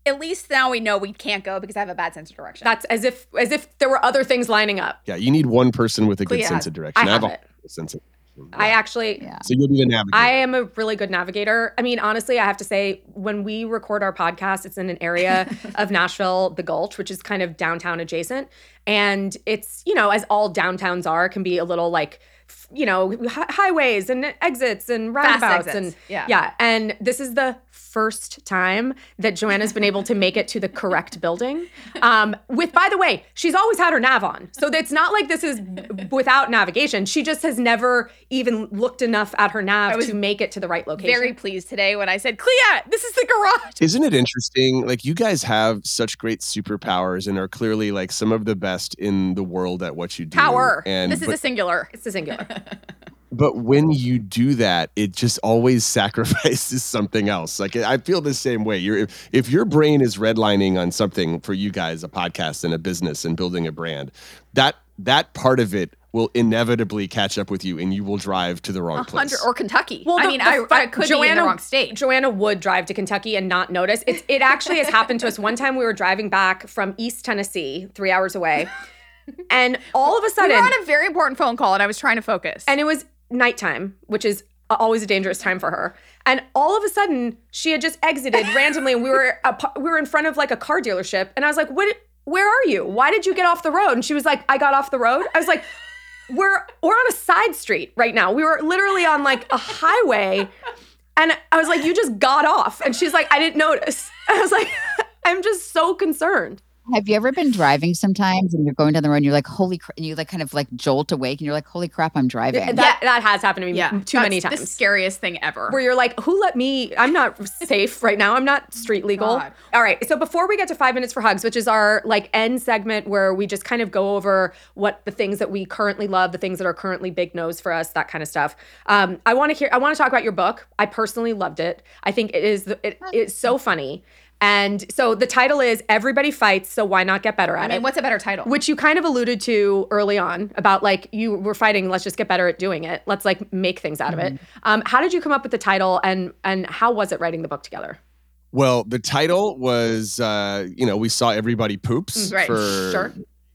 B: at least now we know we can't go because I have a bad sense of direction.
A: that's as if as if there were other things lining up.
C: Yeah, you need one person with a good
B: Clea
C: sense
B: has-
C: of direction.
A: I have
C: a
A: it.
C: horrible sense of direction.
A: I
C: Yeah.
A: actually
D: Yeah.
C: so you'll be the navigator.
A: I am a really good navigator. I mean, honestly, I have to say, when we record our podcast, it's in an area of Nashville, the Gulch, which is kind of downtown adjacent. And it's, you know, as all downtowns are, can be a little like, f- you know, hi- highways and exits and
B: Fast
A: roundabouts.
B: exits.
A: And
E: yeah.
A: yeah. And this is the first time that Joanna's been able to make it to the correct building. Um, with, by the way, she's always had her nav on. So it's not like this is b- without navigation. She just has never even looked enough at her nav
E: was
A: to make it to the right location.
E: Very pleased today when I said, Clea, this is the garage.
C: Isn't it interesting? Like you guys have such great superpowers and are clearly like some of the best in the world at what you do.
B: Power.
C: And
B: this is
C: but,
B: a singular.
A: it's a singular.
C: but when you do that, it just always sacrifices something else. Like I feel the same way. You're if, if your brain is redlining on something for you guys, a podcast and a business and building a brand, that that part of it will inevitably catch up with you and you will drive to the wrong place.
B: Hundred or Kentucky.
A: Well,
B: I
A: the-
B: mean,
A: the
B: I,
A: fu-
B: I could be in
A: Joanna-
B: the wrong state.
A: Joanna would drive to Kentucky and not notice. It's, it actually has happened to us. One time we were driving back from East Tennessee, three hours away. And all of a
E: We
A: sudden,
E: were on a very important phone call and I was trying to focus.
A: and it was nighttime, which is always a dangerous time for her. And all of a sudden, she had just exited randomly, and we were a, we were in front of like a car dealership, and I was like, "What? Where are you? Why did you get off the road?" And she was like, "I got off the road." I was like, "We're we're on a side street right now. We were literally on like a highway." And I was like, "You just got off," and she's like, "I didn't notice." I was like, "I'm just so concerned."
D: Have you ever been driving sometimes and you're going down the road and you're like, holy crap, and you like kind of like jolt awake and you're like, holy crap, I'm driving.
A: That that has happened to me
E: yeah.
A: too many
E: that's
A: times.
E: The scariest thing ever.
A: where you're like, who let me? I'm not safe right now. I'm not street legal.
E: God.
A: All right. So before we get to five minutes for hugs, which is our like end segment where we just kind of go over what the things that we currently love, the things that are currently big no's for us, that kind of stuff. Um, I want to hear. I want to talk about your book. I personally loved it. I think it is. the- It, it's so funny. And so the title is Everybody Fights, so why not get better at
B: I
A: it?
B: mean, what's a better title?
A: which you kind of alluded to early on about like you were fighting let's just get better at doing it let's like make things out of it um, how did you come up with the title and and how was it writing the book together
C: Well, the title was, uh, you know, we saw everybody
B: Mm,
C: poops
E: Right,
C: for
A: sure.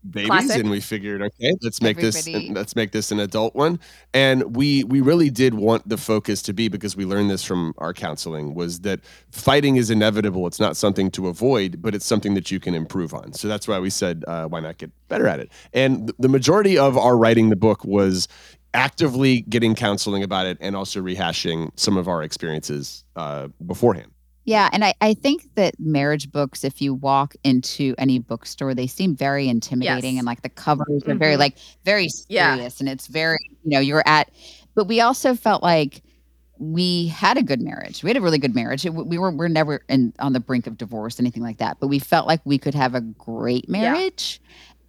C: babies,
A: Classic.
C: and we figured, okay, let's make
D: Everybody-
C: this let's make this an adult one. And we we really did want the focus to be because we learned this from our counseling was that fighting is inevitable. It's not something to avoid, but it's something that you can improve on. So that's why we said, uh, why not get better at it? And th- the majority of our writing the book was actively getting counseling about it and also rehashing some of our experiences uh, beforehand.
D: Yeah, and I, I think that marriage books, if you walk into any bookstore, they seem very intimidating
E: Yes. Mm-hmm.
D: and like the covers are very like very serious
E: Yeah.
D: and it's very, you know, you're at but we also felt like we had a good marriage. We had a really good marriage. It, we were we're never in, on the brink of divorce, anything like that. But we felt like we could have a great marriage,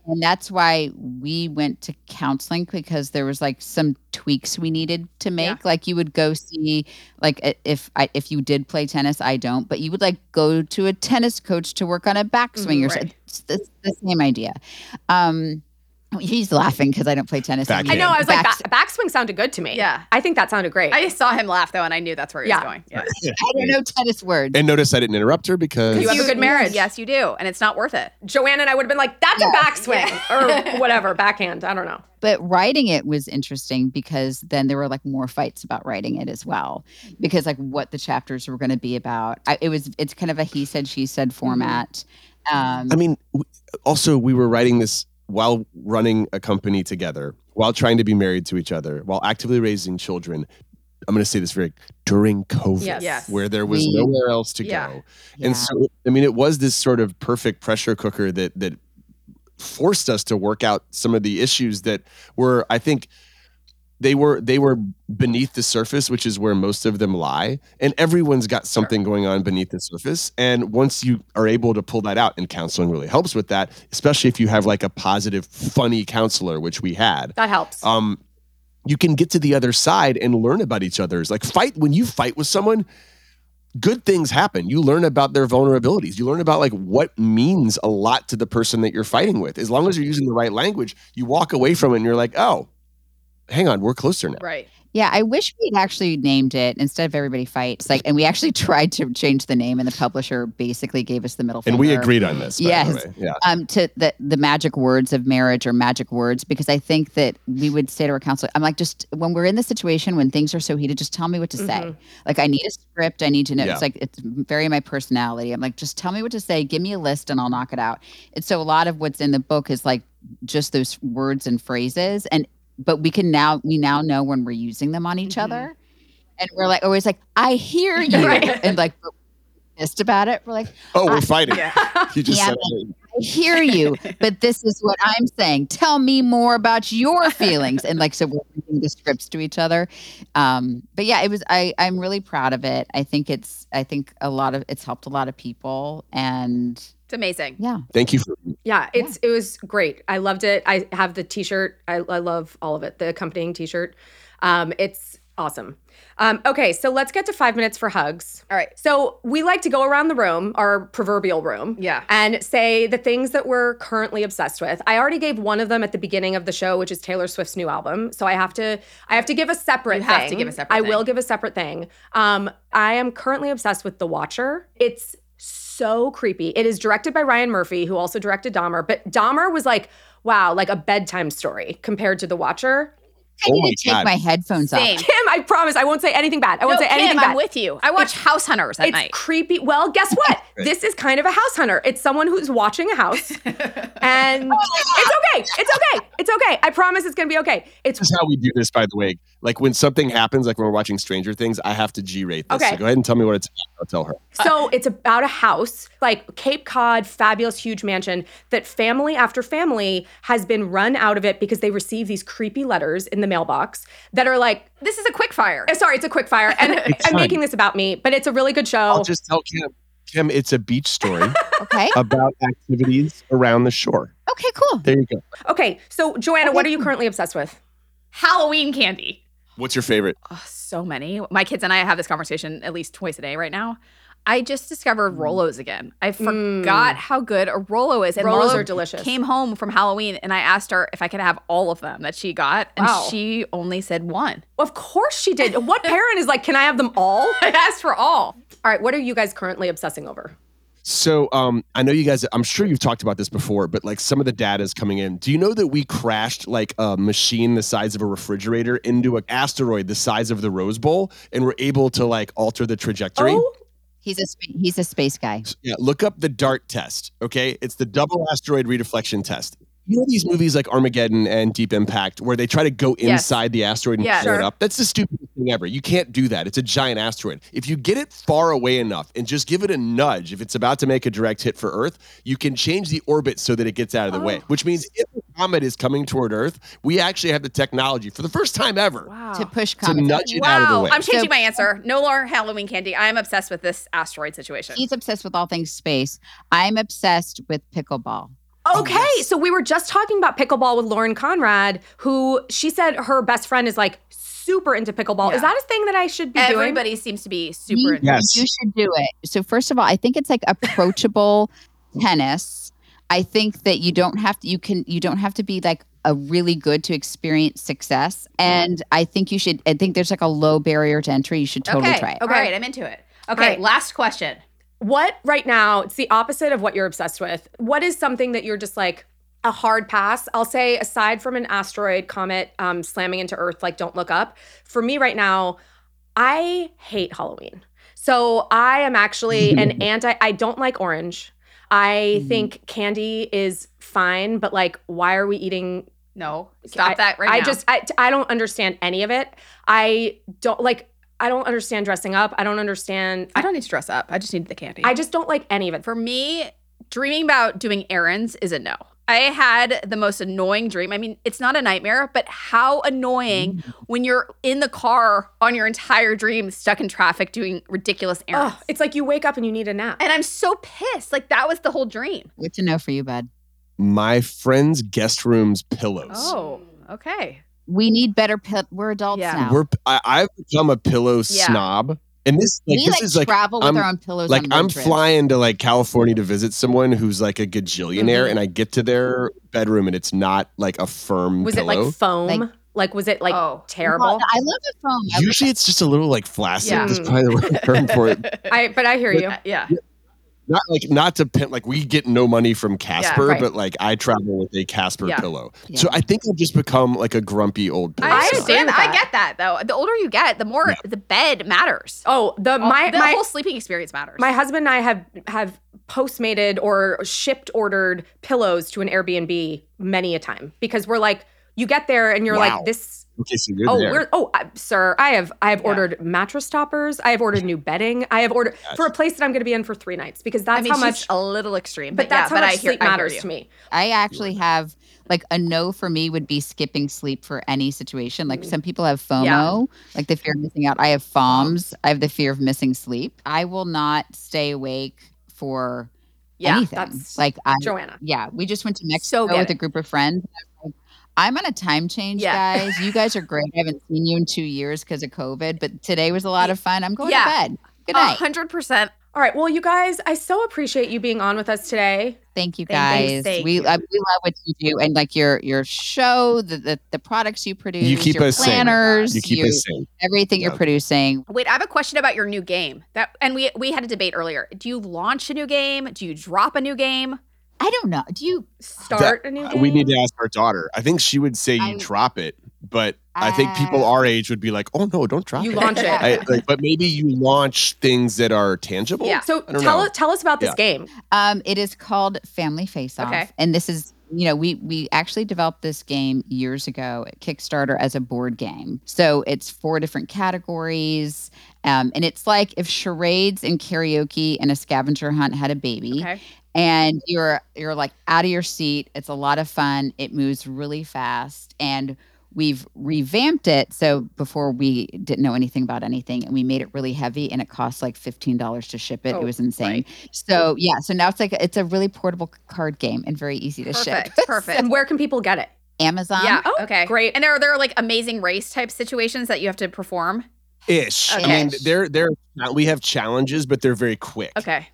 D: and that's why we went to counseling because there was like some tweaks we needed to make. Like you would go see like i- if I if you did play tennis, I don't, but you would like go to a tennis coach to work on a backswing
A: Mm,
D: or
B: right.
D: something. It's the, the same idea. Um, he's laughing because I don't play tennis. and
C: Backhand.
A: I know. I was like,
D: Backs-
A: back, backswing sounded good to me.
B: Yeah.
A: I think that sounded great.
B: I just saw him laugh though, and I knew that's where he
A: Yeah.
B: was going. Yeah.
D: I don't know tennis words.
C: And notice I didn't interrupt her because
B: You have a
A: You-
B: good
A: yes.
B: marriage. Yes, you do, and it's not worth it.
A: Joanne and I would have been like, that's a backswing or whatever, backhand. I don't know.
D: but writing it was interesting because then there were like more fights about writing it as well because like what the chapters were going to be about I, it was it's kind of a he said she said format um
C: I mean, w- also we were writing this while running a company together, while trying to be married to each other, while actively raising children. I'm going to say this very during COVID,
A: Yes. Yes.
C: where there was
D: We-
C: nowhere else to
B: Yeah.
C: go,
D: yeah.
C: and so I mean, it was this sort of perfect pressure cooker that that forced us to work out some of the issues that were, I think, they were they were beneath the surface, which is where most of them lie. And everyone's got something going on beneath the surface. And once you are able to pull that out, and counseling really helps with that, especially if you have like a positive, funny counselor, which we had.
A: That helps.
C: Um, you can get to the other side and learn about each other's like fight when you fight with someone good things happen you learn about their vulnerabilities you learn about like what means a lot to the person that you're fighting with as long as you're using the right language you walk away from it and you're like oh hang on we're closer now
B: Right.
D: yeah i wish we'd actually named it instead of everybody fights like and we actually tried to change the name and the publisher basically gave us the middle
C: and we
D: finger.
C: agreed on this by the
D: Yes.
C: way. yeah
D: um, to the the magic words of marriage or magic words because I think that we would say to our counselor, I'm like, just when we're in this situation when things are so heated, just tell me what to
A: Mm-hmm.
D: say. Like I need a script, I need to know.
C: Yeah.
D: It's like it's very my personality. I'm like, just tell me what to say, give me a list, and I'll knock it out. And so a lot of what's in the book is like just those words and phrases, and but we can now we now know when we're using them on each other, and we're like always like, I hear you, and like. we're Pissed about it, we're like,
C: oh we're fighting
B: Yeah.
C: you just
D: Yeah,
C: said it.
D: I hear you, but this is what I'm saying. Tell me more about your feelings. And like, so we're reading the scripts to each other. Um, but yeah, it was, I, I'm really proud of it. I think it's, I think a lot of, it's helped a lot of people. And
B: It's amazing.
D: yeah,
C: thank you for
A: Yeah, it's it was great. I loved it. I have the T-shirt. I, I love all of it. The accompanying T-shirt. Um, it's awesome. Um, okay, so let's get to five minutes for hugs.
B: All right.
A: So we like to go around the room, our proverbial room,
B: Yeah.
A: and say the things that we're currently obsessed with. I already gave one of them at the beginning of the show, which is Taylor Swift's new album. So I have to, I have to give a separate.
B: You have to
A: thing.
B: give a separate
A: I
B: thing.
A: will give a separate thing. Um, I am currently obsessed with The Watcher. It's so creepy. It is directed by Ryan Murphy, who also directed Dahmer. But Dahmer was like, wow, like a bedtime story compared to The Watcher.
D: I
C: Oh
D: need
C: my
D: to take
C: God.
D: my headphones
B: Same.
D: off.
A: Kim, I promise, I won't say anything bad. I won't
B: no,
A: say anything
B: Kim,
A: bad.
B: I'm with you. I watch House Hunters at
A: it's
B: night.
A: creepy. Well, guess what? this is kind of a house hunter. It's someone who's watching a house, and it's okay. It's okay. It's okay. I promise it's gonna be okay. It's
C: this is how we do this by the way like when something happens like when we're watching stranger things i have to g-rate this
A: Okay.
C: so go ahead and tell me what it's about. i'll tell her
A: So it's about a house, like Cape Cod, fabulous, huge mansion that family after family has been run out of it because they receive these creepy letters in the mailbox that are like,
B: This is a quick fire.
A: eh, sorry, it's a quick fire. And I'm
C: fine.
A: making this about me, but it's a really good show.
C: i'll just tell kim kim it's a beach story
D: Okay.
C: about activities around the shore
D: Okay, cool.
C: there you go
A: okay. So, Joanna, what are you currently obsessed with?
B: Halloween candy.
C: What's your favorite?
B: Oh, so many. My kids and I have this conversation at least twice a day right now. I just discovered Rolos again. I forgot how good a Rolo is. And
A: Rolos
B: Marlo
A: are delicious.
B: Came home from Halloween and I asked her if I could have all of them that she got, and
A: Wow.
B: she only said one.
A: Of course she did. What parent is like, can I have them all?
B: I asked for all.
A: All right. What are you guys currently obsessing over?
C: So, um, I know you guys. I'm sure you've talked about this before, but like some of the data is coming in. Do you know that we crashed like a machine the size of a refrigerator into an asteroid the size of the Rose Bowl, and we're able to like alter the trajectory?
A: Oh,
D: He's a, sp- he's a space guy.
C: Yeah, look up the DART test. Okay, it's the double asteroid redeflection test. you know these movies like Armageddon and Deep Impact where they try to go
B: Yes.
C: inside the asteroid and
B: Yeah,
C: clear
B: sure.
C: it up? That's the stupidest thing ever. You can't do that. It's a giant asteroid. If you get it far away enough and just give it a nudge, if it's about to make a direct hit for Earth, you can change the orbit so that it gets out of the way.
B: Oh.
C: Which means if a comet is coming toward Earth, we actually have the technology for the first time ever
D: to push
C: to
D: comments.
C: nudge it out of the
B: Wow,
C: way.
B: I'm changing
D: So-
B: my answer. No more Halloween candy. I am obsessed with this asteroid situation.
D: He's obsessed with all things space. I'm obsessed with pickleball.
A: Okay, so we were just talking about pickleball with Lauren Conrad, who she said her best friend is like super into pickleball.
B: Yeah.
A: Is that a thing that I should be doing?
B: Everybody seems to be super.
D: You- You should do it. So first of all, I think it's like approachable tennis. I think that you don't have to you can you don't have to be like a really good to experience success. And I think you should I think there's like a low barrier to entry. You should totally
B: okay.
D: try it.
B: All right, I'm into it. Okay,
A: right.
B: last question.
A: What right now, it's the opposite of what you're obsessed with. What is something that you're just like a hard pass? I'll say, aside from an asteroid comet um, slamming into Earth, like don't look up. For me right now, I hate Halloween. So I am actually an anti, I don't like orange. I
B: Mm-hmm.
D: Mhm.
A: think candy is fine, but like, why are we eating
B: No, stop that right
A: I
B: now.
A: just I, t- I don't understand any of it. I don't like I don't understand dressing up. I don't understand
B: I don't need to dress up. I just need the candy.
A: I just don't like any of it.
B: For me, dreaming about doing errands is a no. I had the most annoying dream. I mean, it's not a nightmare, but how annoying
C: Mm.
B: when you're in the car on your entire dream, stuck in traffic doing ridiculous errands.
A: Ugh, it's like you wake up and you need a nap.
B: and I'm so pissed. Like that was the whole dream.
D: Good to know for you, bud.
C: my friend's guest room's pillows.
B: Oh, okay.
D: We need better pil- we're adults
B: Yeah.
D: now.
C: We're I, I've become a pillow snob, and this like
D: we
C: this
D: like
C: is like
D: travel with
C: I'm-
D: our own pillows.
C: like
D: on road
C: I'm
D: trips.
C: flying to like California to visit someone who's like a gajillionaire, and I get to their bedroom and it's not like a firm
A: was it
C: pillow.
A: like foam? Like,
D: Like-
A: was it like
B: oh.
A: terrible?
D: I love the foam. I love
C: Usually it's just a little like flaccid.
B: Yeah.
C: That's probably the right term for it.
A: I but I hear you.
B: Yeah.
C: Not like not to pimp. Like we get no money from Casper,
A: right.
C: but like I travel with a Casper
B: Yeah.
C: pillow.
D: Yeah.
C: So I think I've just become like a grumpy old pillow.
B: I
A: agree
C: snob.
B: understand.
A: with
B: I
A: that.
B: get that though. The older you get, the more the bed matters.
A: Oh, the my
B: the
A: my
B: whole sleeping experience matters.
A: my husband and I have have postmated or shipped ordered pillows to an Airbnb many a time because we're like you get there and you're
C: Wow.
A: like this
C: Okay, so you're
A: oh,
C: there.
A: we're oh, I, sir, I have I have
B: Yeah.
A: ordered mattress toppers. I have ordered new bedding. I have ordered for a place that I'm going to be in for three nights because that's
B: I mean,
A: how
B: she's
A: much.
B: a little extreme, but,
A: But that's
B: yeah,
A: how
B: but
A: much
B: I hear,
A: sleep
B: I hear
A: matters
B: you.
A: to me.
D: I actually have like a no for me would be skipping sleep for any situation.
B: Mm.
D: Like some people have FOMO, like the fear of missing out. I have
B: Uh-huh.
D: FOMS. I have the fear of missing sleep. I will not stay awake for
B: Yeah,
D: anything.
A: that's-
D: like I
A: Joanna,
D: yeah, we just went to
B: So
D: Mexico
B: get
D: with
B: it.
D: a group of friends. I was like, I'm on a time change,
B: Yeah.
D: guys. You guys are great. I haven't seen you in two years because of COVID, but today was a lot of fun. I'm going
B: Yeah. Uh,
D: to bed. Good
B: A
D: night.
B: hundred percent.
A: all right. Well, you guys, I so appreciate you being on with us today.
D: Thank you
B: Thank you.
D: guys.
B: Thank
D: we
B: you.
D: uh, we love what you do and like your your show, the the, the products you produce,
C: keep
D: your
C: us sane.
D: planners,
C: you keep
D: you-
C: us sane.
D: everything
C: Yeah.
D: you're producing.
B: Wait, I have a question about your new game. That and we we had a debate earlier. Do you launch a new game? Do you drop a new game?
D: I don't know. Do you
A: Start a new game.
C: we need to ask our daughter. I think she would say you
D: I-
C: drop it, but I think people
D: Uh,
C: our age would be like, "Oh no, don't drop
A: You
C: it."
A: launch it.
C: I, like, but maybe you launch things that are tangible.
B: Yeah.
A: So
C: I don't
A: tell
C: know.
A: us tell us about this
C: Yeah.
A: game.
D: Um, it is called Family Face Off,
B: Okay.
D: and this is you know we we actually developed this game years ago at Kickstarter as a board game. So it's four different categories, um, and it's like if charades and karaoke and a scavenger hunt had a baby.
B: Okay.
D: And you're you're like out of your seat. It's a lot of fun. It moves really fast, and we've revamped it. So before we didn't know anything about anything, and we made it really heavy, and it cost like fifteen dollars to ship it.
A: Oh,
D: it was insane.
B: right.
D: So yeah, so now it's like it's a really portable c- card game and very easy to
B: Perfect.
D: ship.
B: Perfect.
A: And where can people get it?
D: Amazon.
B: yeah.
A: oh,
B: okay.
A: great.
B: And there are there are like amazing race type situations that you have to perform.
C: Ish.
B: Okay.
C: I mean, they're they're we have challenges, but they're very quick.
B: Okay.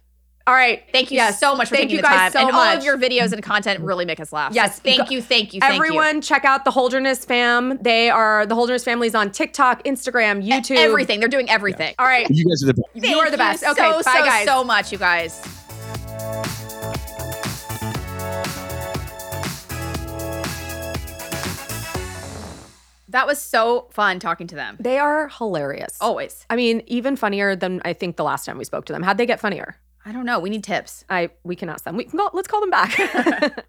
A: All right.
B: Thank you
A: Yes.
B: so much for
A: Thank
B: taking
A: you
B: the
A: guys
B: time.
A: so
B: and all of
A: much.
B: your videos and content really make us laugh. So
A: Yes.
B: thank
A: Go-
B: you. Thank you. Thank
A: Everyone, check out the Holderness fam. They are the Holderness families on TikTok, Instagram,
B: you. E-
A: YouTube,
B: Everything. They're doing everything.
A: All right.
C: You guys are the best.
A: You are the best.
B: so,
A: Okay, bye,
B: so,
A: guys.
B: so much, you guys. That was so fun talking to them.
A: They are hilarious.
B: Always.
A: Oh, I mean, even funnier than I think the last time we spoke to them. How'd they get funnier?
B: I don't know. We need tips.
A: I we can ask them. We can call, let's call them back.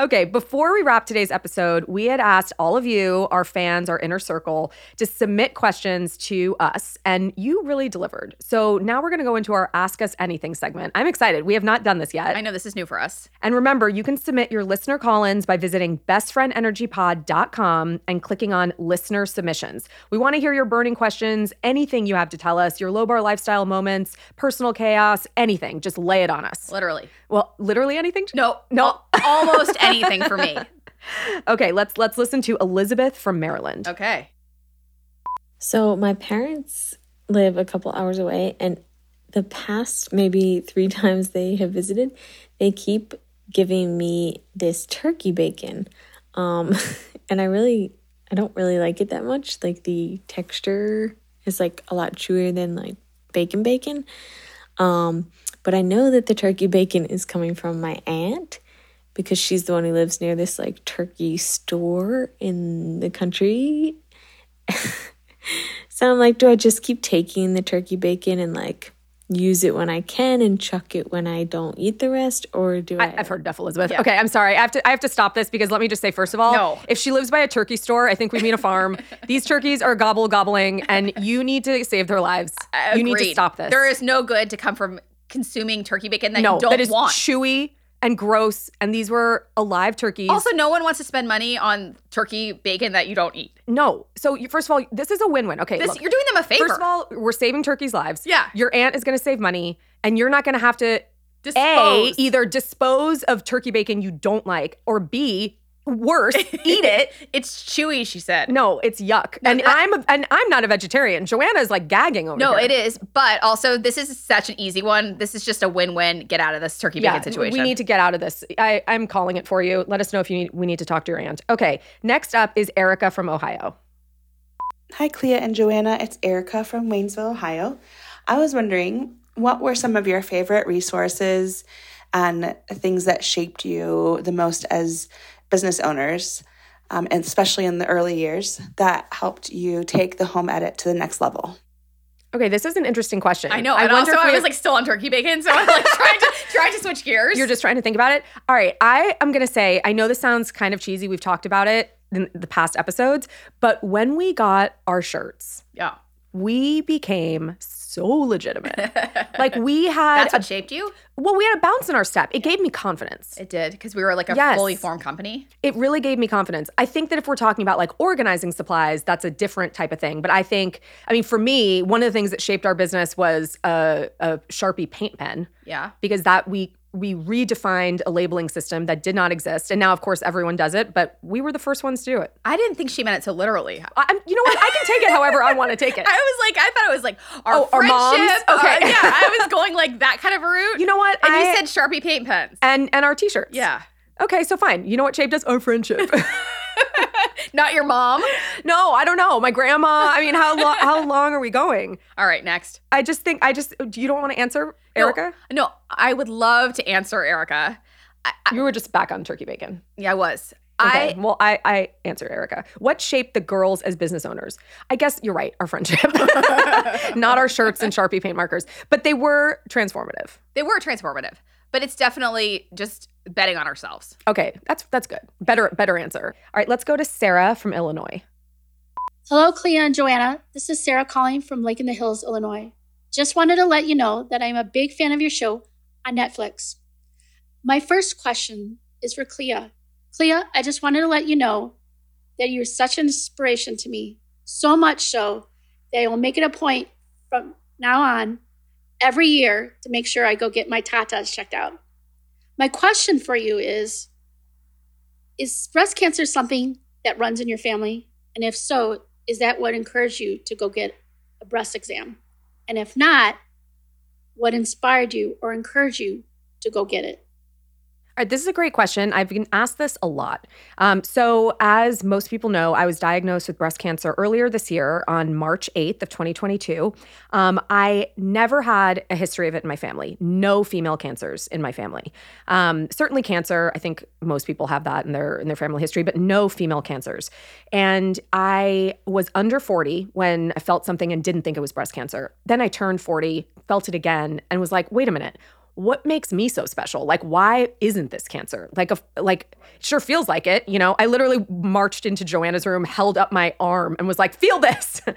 A: Okay, before we wrap today's episode, we had asked all of you, our fans, our inner circle, to submit questions to us, and you really delivered. So now we're going to go into our Ask Us Anything segment. I'm excited. We have not done this yet.
B: I know this is new for us.
A: And remember, you can submit your listener call ins by visiting bestfriendenergypod.com and clicking on listener submissions. We want to hear your burning questions, anything you have to tell us, your low bar lifestyle moments, personal chaos, anything. Just lay it on us.
B: Literally.
A: Well, literally anything?
B: No,
A: No.
B: al- almost anything for me.
A: Okay, let's let's listen to Elizabeth from Maryland.
B: Okay.
F: So my parents live a couple hours away, and the past maybe three times they have visited, they keep giving me this turkey bacon, um, and I really, I don't really like it that much. Like the texture is like a lot chewier than like bacon bacon. Um, but I know that the turkey bacon is coming from my aunt because she's the one who lives near this like turkey store in the country so I'm like, do I just keep taking the turkey bacon and like use it when I can and chuck it when I don't eat the rest, or do I?
A: I, I've heard enough, Elizabeth. Okay, I'm sorry. I have to. I have to stop this because let me just say, first of all,
B: No.
A: if she lives by a turkey store, I think we mean a farm. These turkeys are gobble gobbling, and you need to save their lives. You need to
B: Agreed.
A: stop this.
B: There is no good to come from consuming turkey bacon that
A: no
B: you don't
A: that is
B: want.
A: chewy and gross, and these were alive turkeys.
B: also, no one wants to spend money on turkey bacon that you don't eat.
A: no. So you, first of all, this is a win-win. Okay,
B: This,
A: look.
B: you're doing them a favor.
A: First of all, we're saving turkeys' lives.
B: Yeah.
A: Your aunt is going to save money, and you're not going to have to
B: Dispose.
A: A, either dispose of turkey bacon you don't like, or B, worse, eat it.
B: It's chewy, she said.
A: No, it's yuck. and
B: that-
A: I'm a, and I'm not a vegetarian. Joanna's like gagging over
B: No,
A: here.
B: it is. But also, this is such an easy one. This is just a win-win. Get out of this turkey
A: Yeah,
B: bacon situation.
A: we need to get out of this. I, I'm calling it for you. Let us know if you need, we need to talk to your aunt. Okay, next up is Erica from Ohio.
G: Hi, Clea and Joanna. It's Erica from Waynesville, Ohio. I was wondering what were some of your favorite resources and things that shaped you the most as business owners, um, and especially in the early years, that helped you take the home edit to the next level?
A: Okay, this is an interesting question.
B: I know. and also,
A: if
B: I
A: we-
B: was like still on turkey bacon, so I'm like trying to trying to switch gears.
A: You're just trying to think about it. All right. I am going to say, I know this sounds kind of cheesy. We've talked about it in the past episodes, but when we got our shirts,
B: yeah.
A: we became so legitimate. like we had,
B: That's
A: a,
B: what shaped you.
A: well, we had a bounce in our step. It gave me confidence.
B: It did because we were like a
A: Yes.
B: fully formed company.
A: it really gave me confidence. I think that if we're talking about like organizing supplies, that's a different type of thing. But I think, I mean, for me, one of the things that shaped our business was a, a Sharpie paint pen
B: Yeah.
A: because that we we redefined a labeling system that did not exist, and now of course everyone does it. But we were the first ones to do it.
B: I didn't think she meant it so literally.
A: I, I'm, you know what? I can take it however I want to take it.
B: I was like, I thought it was like our
A: Oh, our
B: friendship.
A: moms? Okay.
B: uh, yeah, I was going like that kind of route.
A: You know what?
B: and
A: I-
B: you said Sharpie paint pens.
A: and and our t-shirts.
B: yeah.
A: Okay, so fine. You know what shaped us? Our friendship.
B: Not your mom.
A: no, I don't know. My grandma. I mean, how long? How long are we going?
B: All right, next.
A: I just think I just. You don't want to answer,
B: No.
A: Erica?
B: No, I would love to answer Erica. I, I,
A: You were just back on turkey bacon.
B: yeah, I was.
A: Okay.
B: I
A: well, I, I answer Erica. What shaped the girls as business owners? I guess you're right, our friendship. Not our shirts and Sharpie paint markers, but they were transformative.
B: they were transformative, but it's definitely just betting on ourselves.
A: Okay, that's that's good. Better better answer. All right, let's go to Sarah from Illinois.
H: Hello, Clea and Joanna. This is Sarah calling from Lake in the Hills, Illinois. Just wanted to let you know that I'm a big fan of your show on Netflix. My first question is for Clea. Clea, I just wanted to let you know that you're such an inspiration to me, so much so that I will make it a point from now on every year to make sure I go get my tatas checked out. My question for you is is breast cancer something that runs in your family? And if so, is that what encouraged you to go get a breast exam? And if not, what inspired you or encouraged you to go get it?
A: All right, this is a great question. I've been asked this a lot. Um, so, as most people know, I was diagnosed with breast cancer earlier this year on March 8th of 2022. Um, I never had a history of it in my family. No female cancers in my family. Um, certainly cancer. I think most people have that in their in their family history, but no female cancers. And I was under 40 when I felt something and didn't think it was breast cancer. Then I turned 40, felt it again, and was like, wait a minute what makes me so special? Like, why isn't this cancer? Like, a, like it sure feels like it. You know, I literally marched into Joanna's room, held up my arm, and was like, "Feel this," and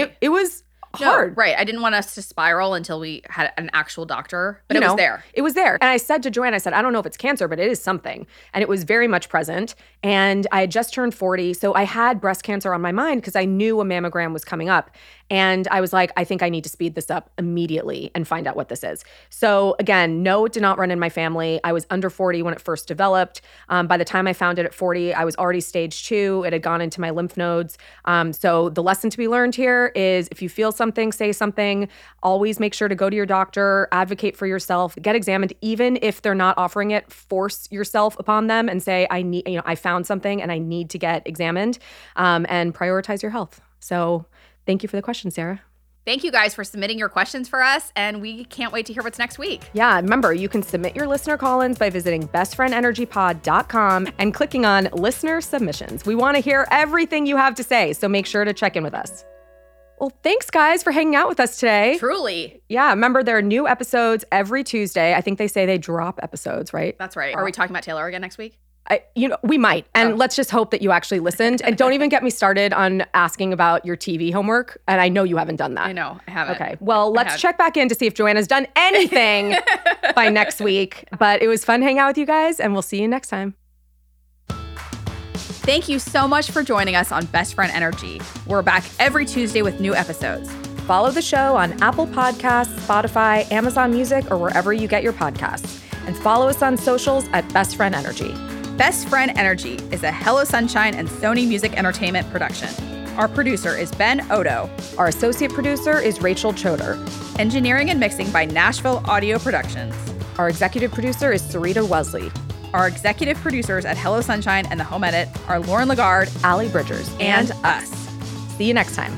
A: it,
B: Right.
A: it was
B: No,
A: hard.
B: right. I didn't want us to spiral until we had an actual doctor, but
A: You
B: it
A: know.
B: was there.
A: It was there. And I said to Joanne, I said, I don't know if it's cancer, but it is something. And it was very much present. And I had just turned 40. So I had breast cancer on my mind because I knew a mammogram was coming up. And I was like, I think I need to speed this up immediately and find out what this is. So again, no, it did not run in my family. I was under 40 when it first developed. Um, by the time I found it at 40, I was already stage two. It had gone into my lymph nodes. Um, so the lesson to be learned here is if you feel something, say something. Always make sure to go to your doctor, advocate for yourself, get examined, even if they're not offering it. Force yourself upon them and say, I need, you know, I found something and I need to get examined, um, and prioritize your health. So thank you for the question, Sarah.
B: Thank you guys for submitting your questions for us, and we can't wait to hear what's next week.
A: Yeah, remember, you can submit your listener call ins by visiting bestfriendenergypod.com and clicking on listener submissions. We want to hear everything you have to say, so make sure to check in with us. Well, thanks, guys, for hanging out with us today.
B: Truly.
A: Yeah, remember, there are new episodes every Tuesday. I think they say they drop episodes, right?
B: That's right. Are we talking about Taylor again next week?
A: I, you know, we might.
B: Oh.
A: And let's just hope that you actually listened. and don't even get me started on asking about your TV homework. And I know you haven't done that.
B: I know. I haven't.
A: Okay. Well, let's check back in to see if Joanna's done anything by next week. But it was fun hanging out with you guys, and we'll see you next time.
B: Thank you so much for joining us on Best Friend Energy. We're back every Tuesday with new episodes.
A: Follow the show on Apple Podcasts, Spotify, Amazon Music, or wherever you get your podcasts. And follow us on socials at Best Friend Energy.
B: Best Friend Energy is a Hello Sunshine and Sony Music Entertainment production. Our producer is Ben Odo,
A: Our associate producer is Rachel Choder.
B: engineering and mixing by Nashville Audio Productions.
A: Our executive producer is Sarita Wesley,
B: Our executive producers at Hello Sunshine and The Home Edit are Lauren Lagarde
A: Allie Bridgers,
B: and us.
A: see you next time.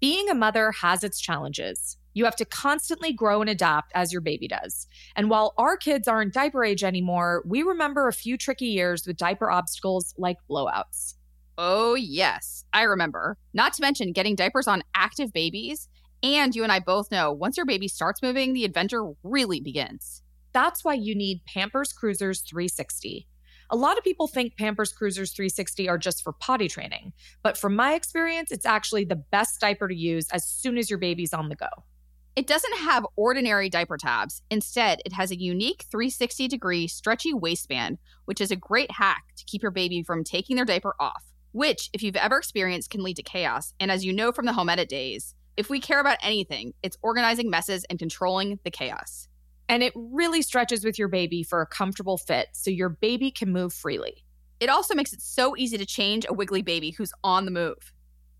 A: Being a mother has its challenges. You have to constantly grow and adapt as your baby does. And while our kids aren't diaper age anymore, we remember a few tricky years with diaper obstacles like blowouts.
I: Oh, yes, I remember. Not to mention getting diapers on active babies. And you and I both know once your baby starts moving, the adventure really begins.
A: That's why you need Pampers Cruisers 360. A lot of people think Pampers Cruisers 360 are just for potty training, but from my experience, it's actually the best diaper to use as soon as your baby's on the go.
I: It doesn't have ordinary diaper tabs. Instead, it has a unique 360 degree stretchy waistband, which is a great hack to keep your baby from taking their diaper off, which, if you've ever experienced, can lead to chaos. And as you know from the home edit days, if we care about anything, it's organizing messes and controlling the chaos.
A: And it really stretches with your baby for a comfortable fit so your baby can move freely.
I: It also makes it so easy to change a wiggly baby who's on the move.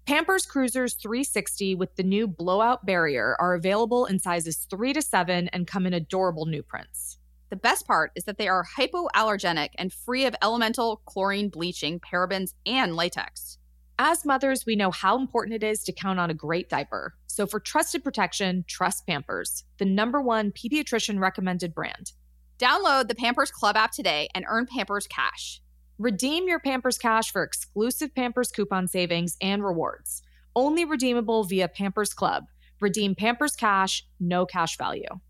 A: Pampers Cruisers 360 with the new blowout barrier are available in sizes 3 to 7 and come in adorable new prints.
I: The best part is that they are hypoallergenic and free of elemental, chlorine, bleaching, parabens, and latex.
A: As mothers, we know how important it is to count on a great diaper. So for trusted protection, trust Pampers, the number one pediatrician recommended brand.
I: Download the Pampers Club app today and earn Pampers Cash.
A: Redeem your Pampers Cash for exclusive Pampers coupon savings and rewards. Only redeemable via Pampers Club. Redeem Pampers Cash, no cash value.